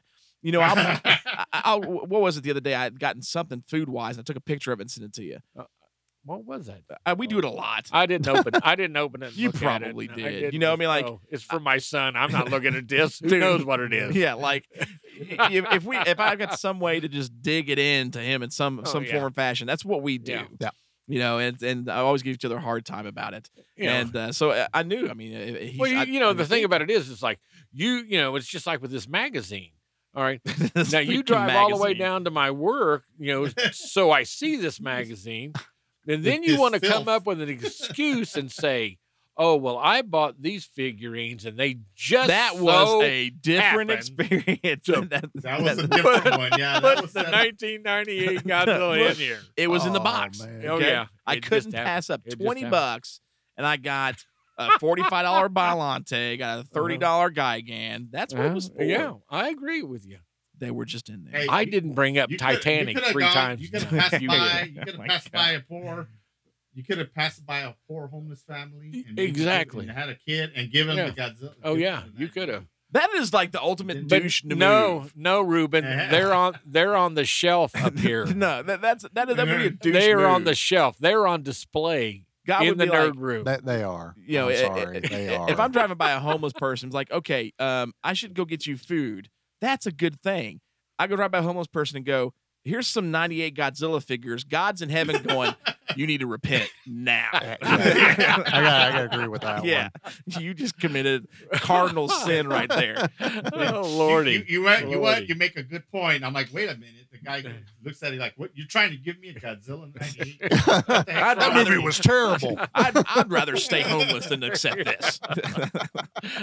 you know, I, I, I what was it the other day? I had gotten something food wise, and I took a picture of it and sent it to you. What was that? Uh, we do it a lot. I didn't open. I didn't open it. and You look at it. probably I did. didn't. You know, I mean, like- Oh, it's for my son. I'm not looking at this. Who Dude. knows what it is? Yeah, like if, if we if I've got some way to just dig it into him in some Oh, some yeah. form or fashion, that's what we do. Yeah. Yeah. You know, and and I always give each other a hard time about it. You know. And uh, so I- I knew. I mean, uh, he's, well, you, I- you know, I the thing about it is, it's like you, you know, it's just like with this magazine. All right. Now you drive all the way down to my work, you know, so I see this magazine, and then you This want to come filth. up with an excuse and say, "Oh, well, I bought these figurines, and they just That was so a happened. different experience. So- That- That was a that- different one. Yeah, that put was the that- 1998 Godzilla in here." It was in the Oh, box. man. Oh, yeah. I It just couldn't happened. pass up It just twenty happened. bucks, and I got a forty-five dollar Bylante, got a thirty dollar Gigan. That's what it was for. Uh-huh. yeah, I agree with you. they were just in there. Hey, I you- didn't bring up you coulda- you Titanic coulda three gone- times. You could now. have passed You- Oh by. You could My have passed God. by a poor. You could have passed by a poor homeless family. And E, Exactly. And had a kid and given Yeah. the Godzilla. Oh yeah, given the you Godzilla. could have. That is like the ultimate But douche to No, move. no, Ruben, Yeah. they're on they're on the shelf up here. no, that, that's that is that would be Mm-hmm. a douche. they are on move. the shelf. They're on display God in would the be nerd like, room. They, they are. you know, eh, I'm i- i- sorry, they i- are. if I'm driving by a homeless person, it's like, okay, um, I should go get you food. That's a good thing. I go drive by a homeless person and go, here's some 98 Godzilla figures. God's in heaven going, you need to repent now. Yeah. I got. I got to agree with that yeah. one. You just committed cardinal sin right there. oh You- lordy, You, you, went- you, went- Lordy. you make a good point. I'm like, wait a minute. The guy looks at it like, what? You're trying to give me a Godzilla? 98? What the heck's That wrong with movie you? was terrible. I'd, I'd rather stay homeless than accept this.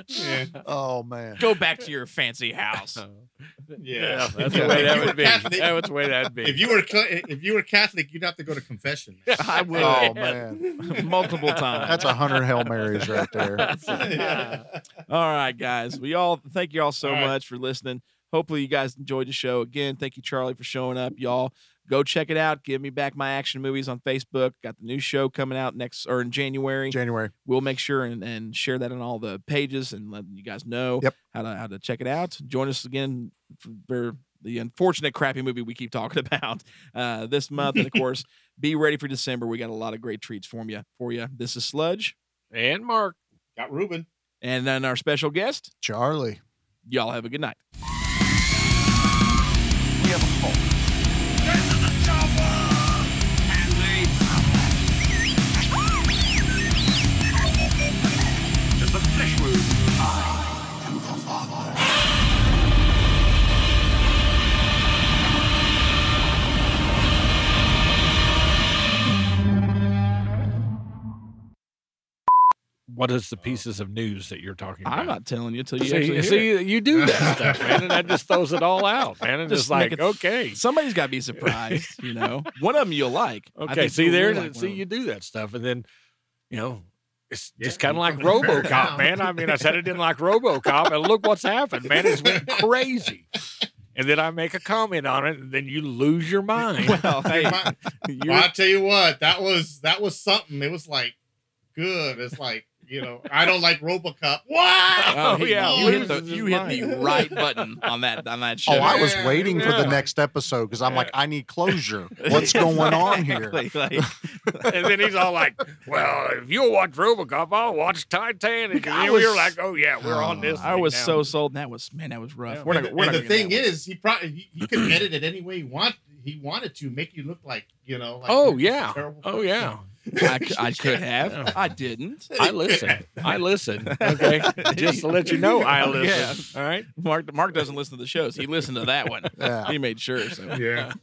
Yeah. Oh man. Go back to your fancy house. yeah. that's the way If that you were would be. Catholic- That was the way that'd be. If you were Cl- if you were Catholic, you'd have to go to confession. man. I would, Oh but man. multiple times. That's a hundred hail marys right there. Yeah. All right, guys. We all thank you all so All right. much for listening. Hopefully, you guys enjoyed the show. Again, thank you, Charlie, for showing up. Y'all go check it out. Give me back my action movies on Facebook. Got the new show coming out next or in January. January. We'll make sure and, and share that on all the pages and let you guys know Yep. how to how to check it out. Join us again for- for the unfortunate crappy movie we keep talking about uh, this month, and of course, be ready for December. We got a lot of great treats for you. For you, this is Sludge, and Mark. Got Ruben. and then our special guest. Charlie. Y'all have a good night. We have a hope. There's a chopper! And they To the flesh wound. I am the father. What is the pieces of news that you're talking about? I'm not telling you until you See, actually see hear it. you do that stuff, man, and that just throws it all out, man. And just Just it's like, make it- okay, Somebody's got to be surprised, you know. One of them you'll like. I okay. think See you'll there, like one see of you do that stuff, and then, you know, it's Yeah, just kind of you like fucking bear RoboCop, down. man. I mean, I said I didn't like RoboCop, and look what's happened, man. It's went crazy. and then I make a comment on it, and then you lose your mind. Well, hey, well, I tell you what, that was that was something. It was like good. It's like you know, I don't like RoboCop. What? Oh, yeah, you hit the you hit the right button on that on that show. Oh, I was waiting for the next episode because I'm like, I need closure. What's going on here? Like, and then he's all like, "Well, if you'll watch RoboCop, I'll watch Titanic." I And was- we were like, "Oh yeah, we're on this." I thing was now. so sold. And that was man, that was rough. We're and not, the, we're and not the thing is, he probably he, he could edit it any way he want he wanted to make you look like you know. Like Oh you're just yeah. a terrible Oh person. yeah. I, c- I could have. I didn't. I listen. I listen. Okay. Just to let you know, I listen. All right. Mark Mark doesn't listen to the shows. He listened to that one. Yeah. He made sure. So. Yeah.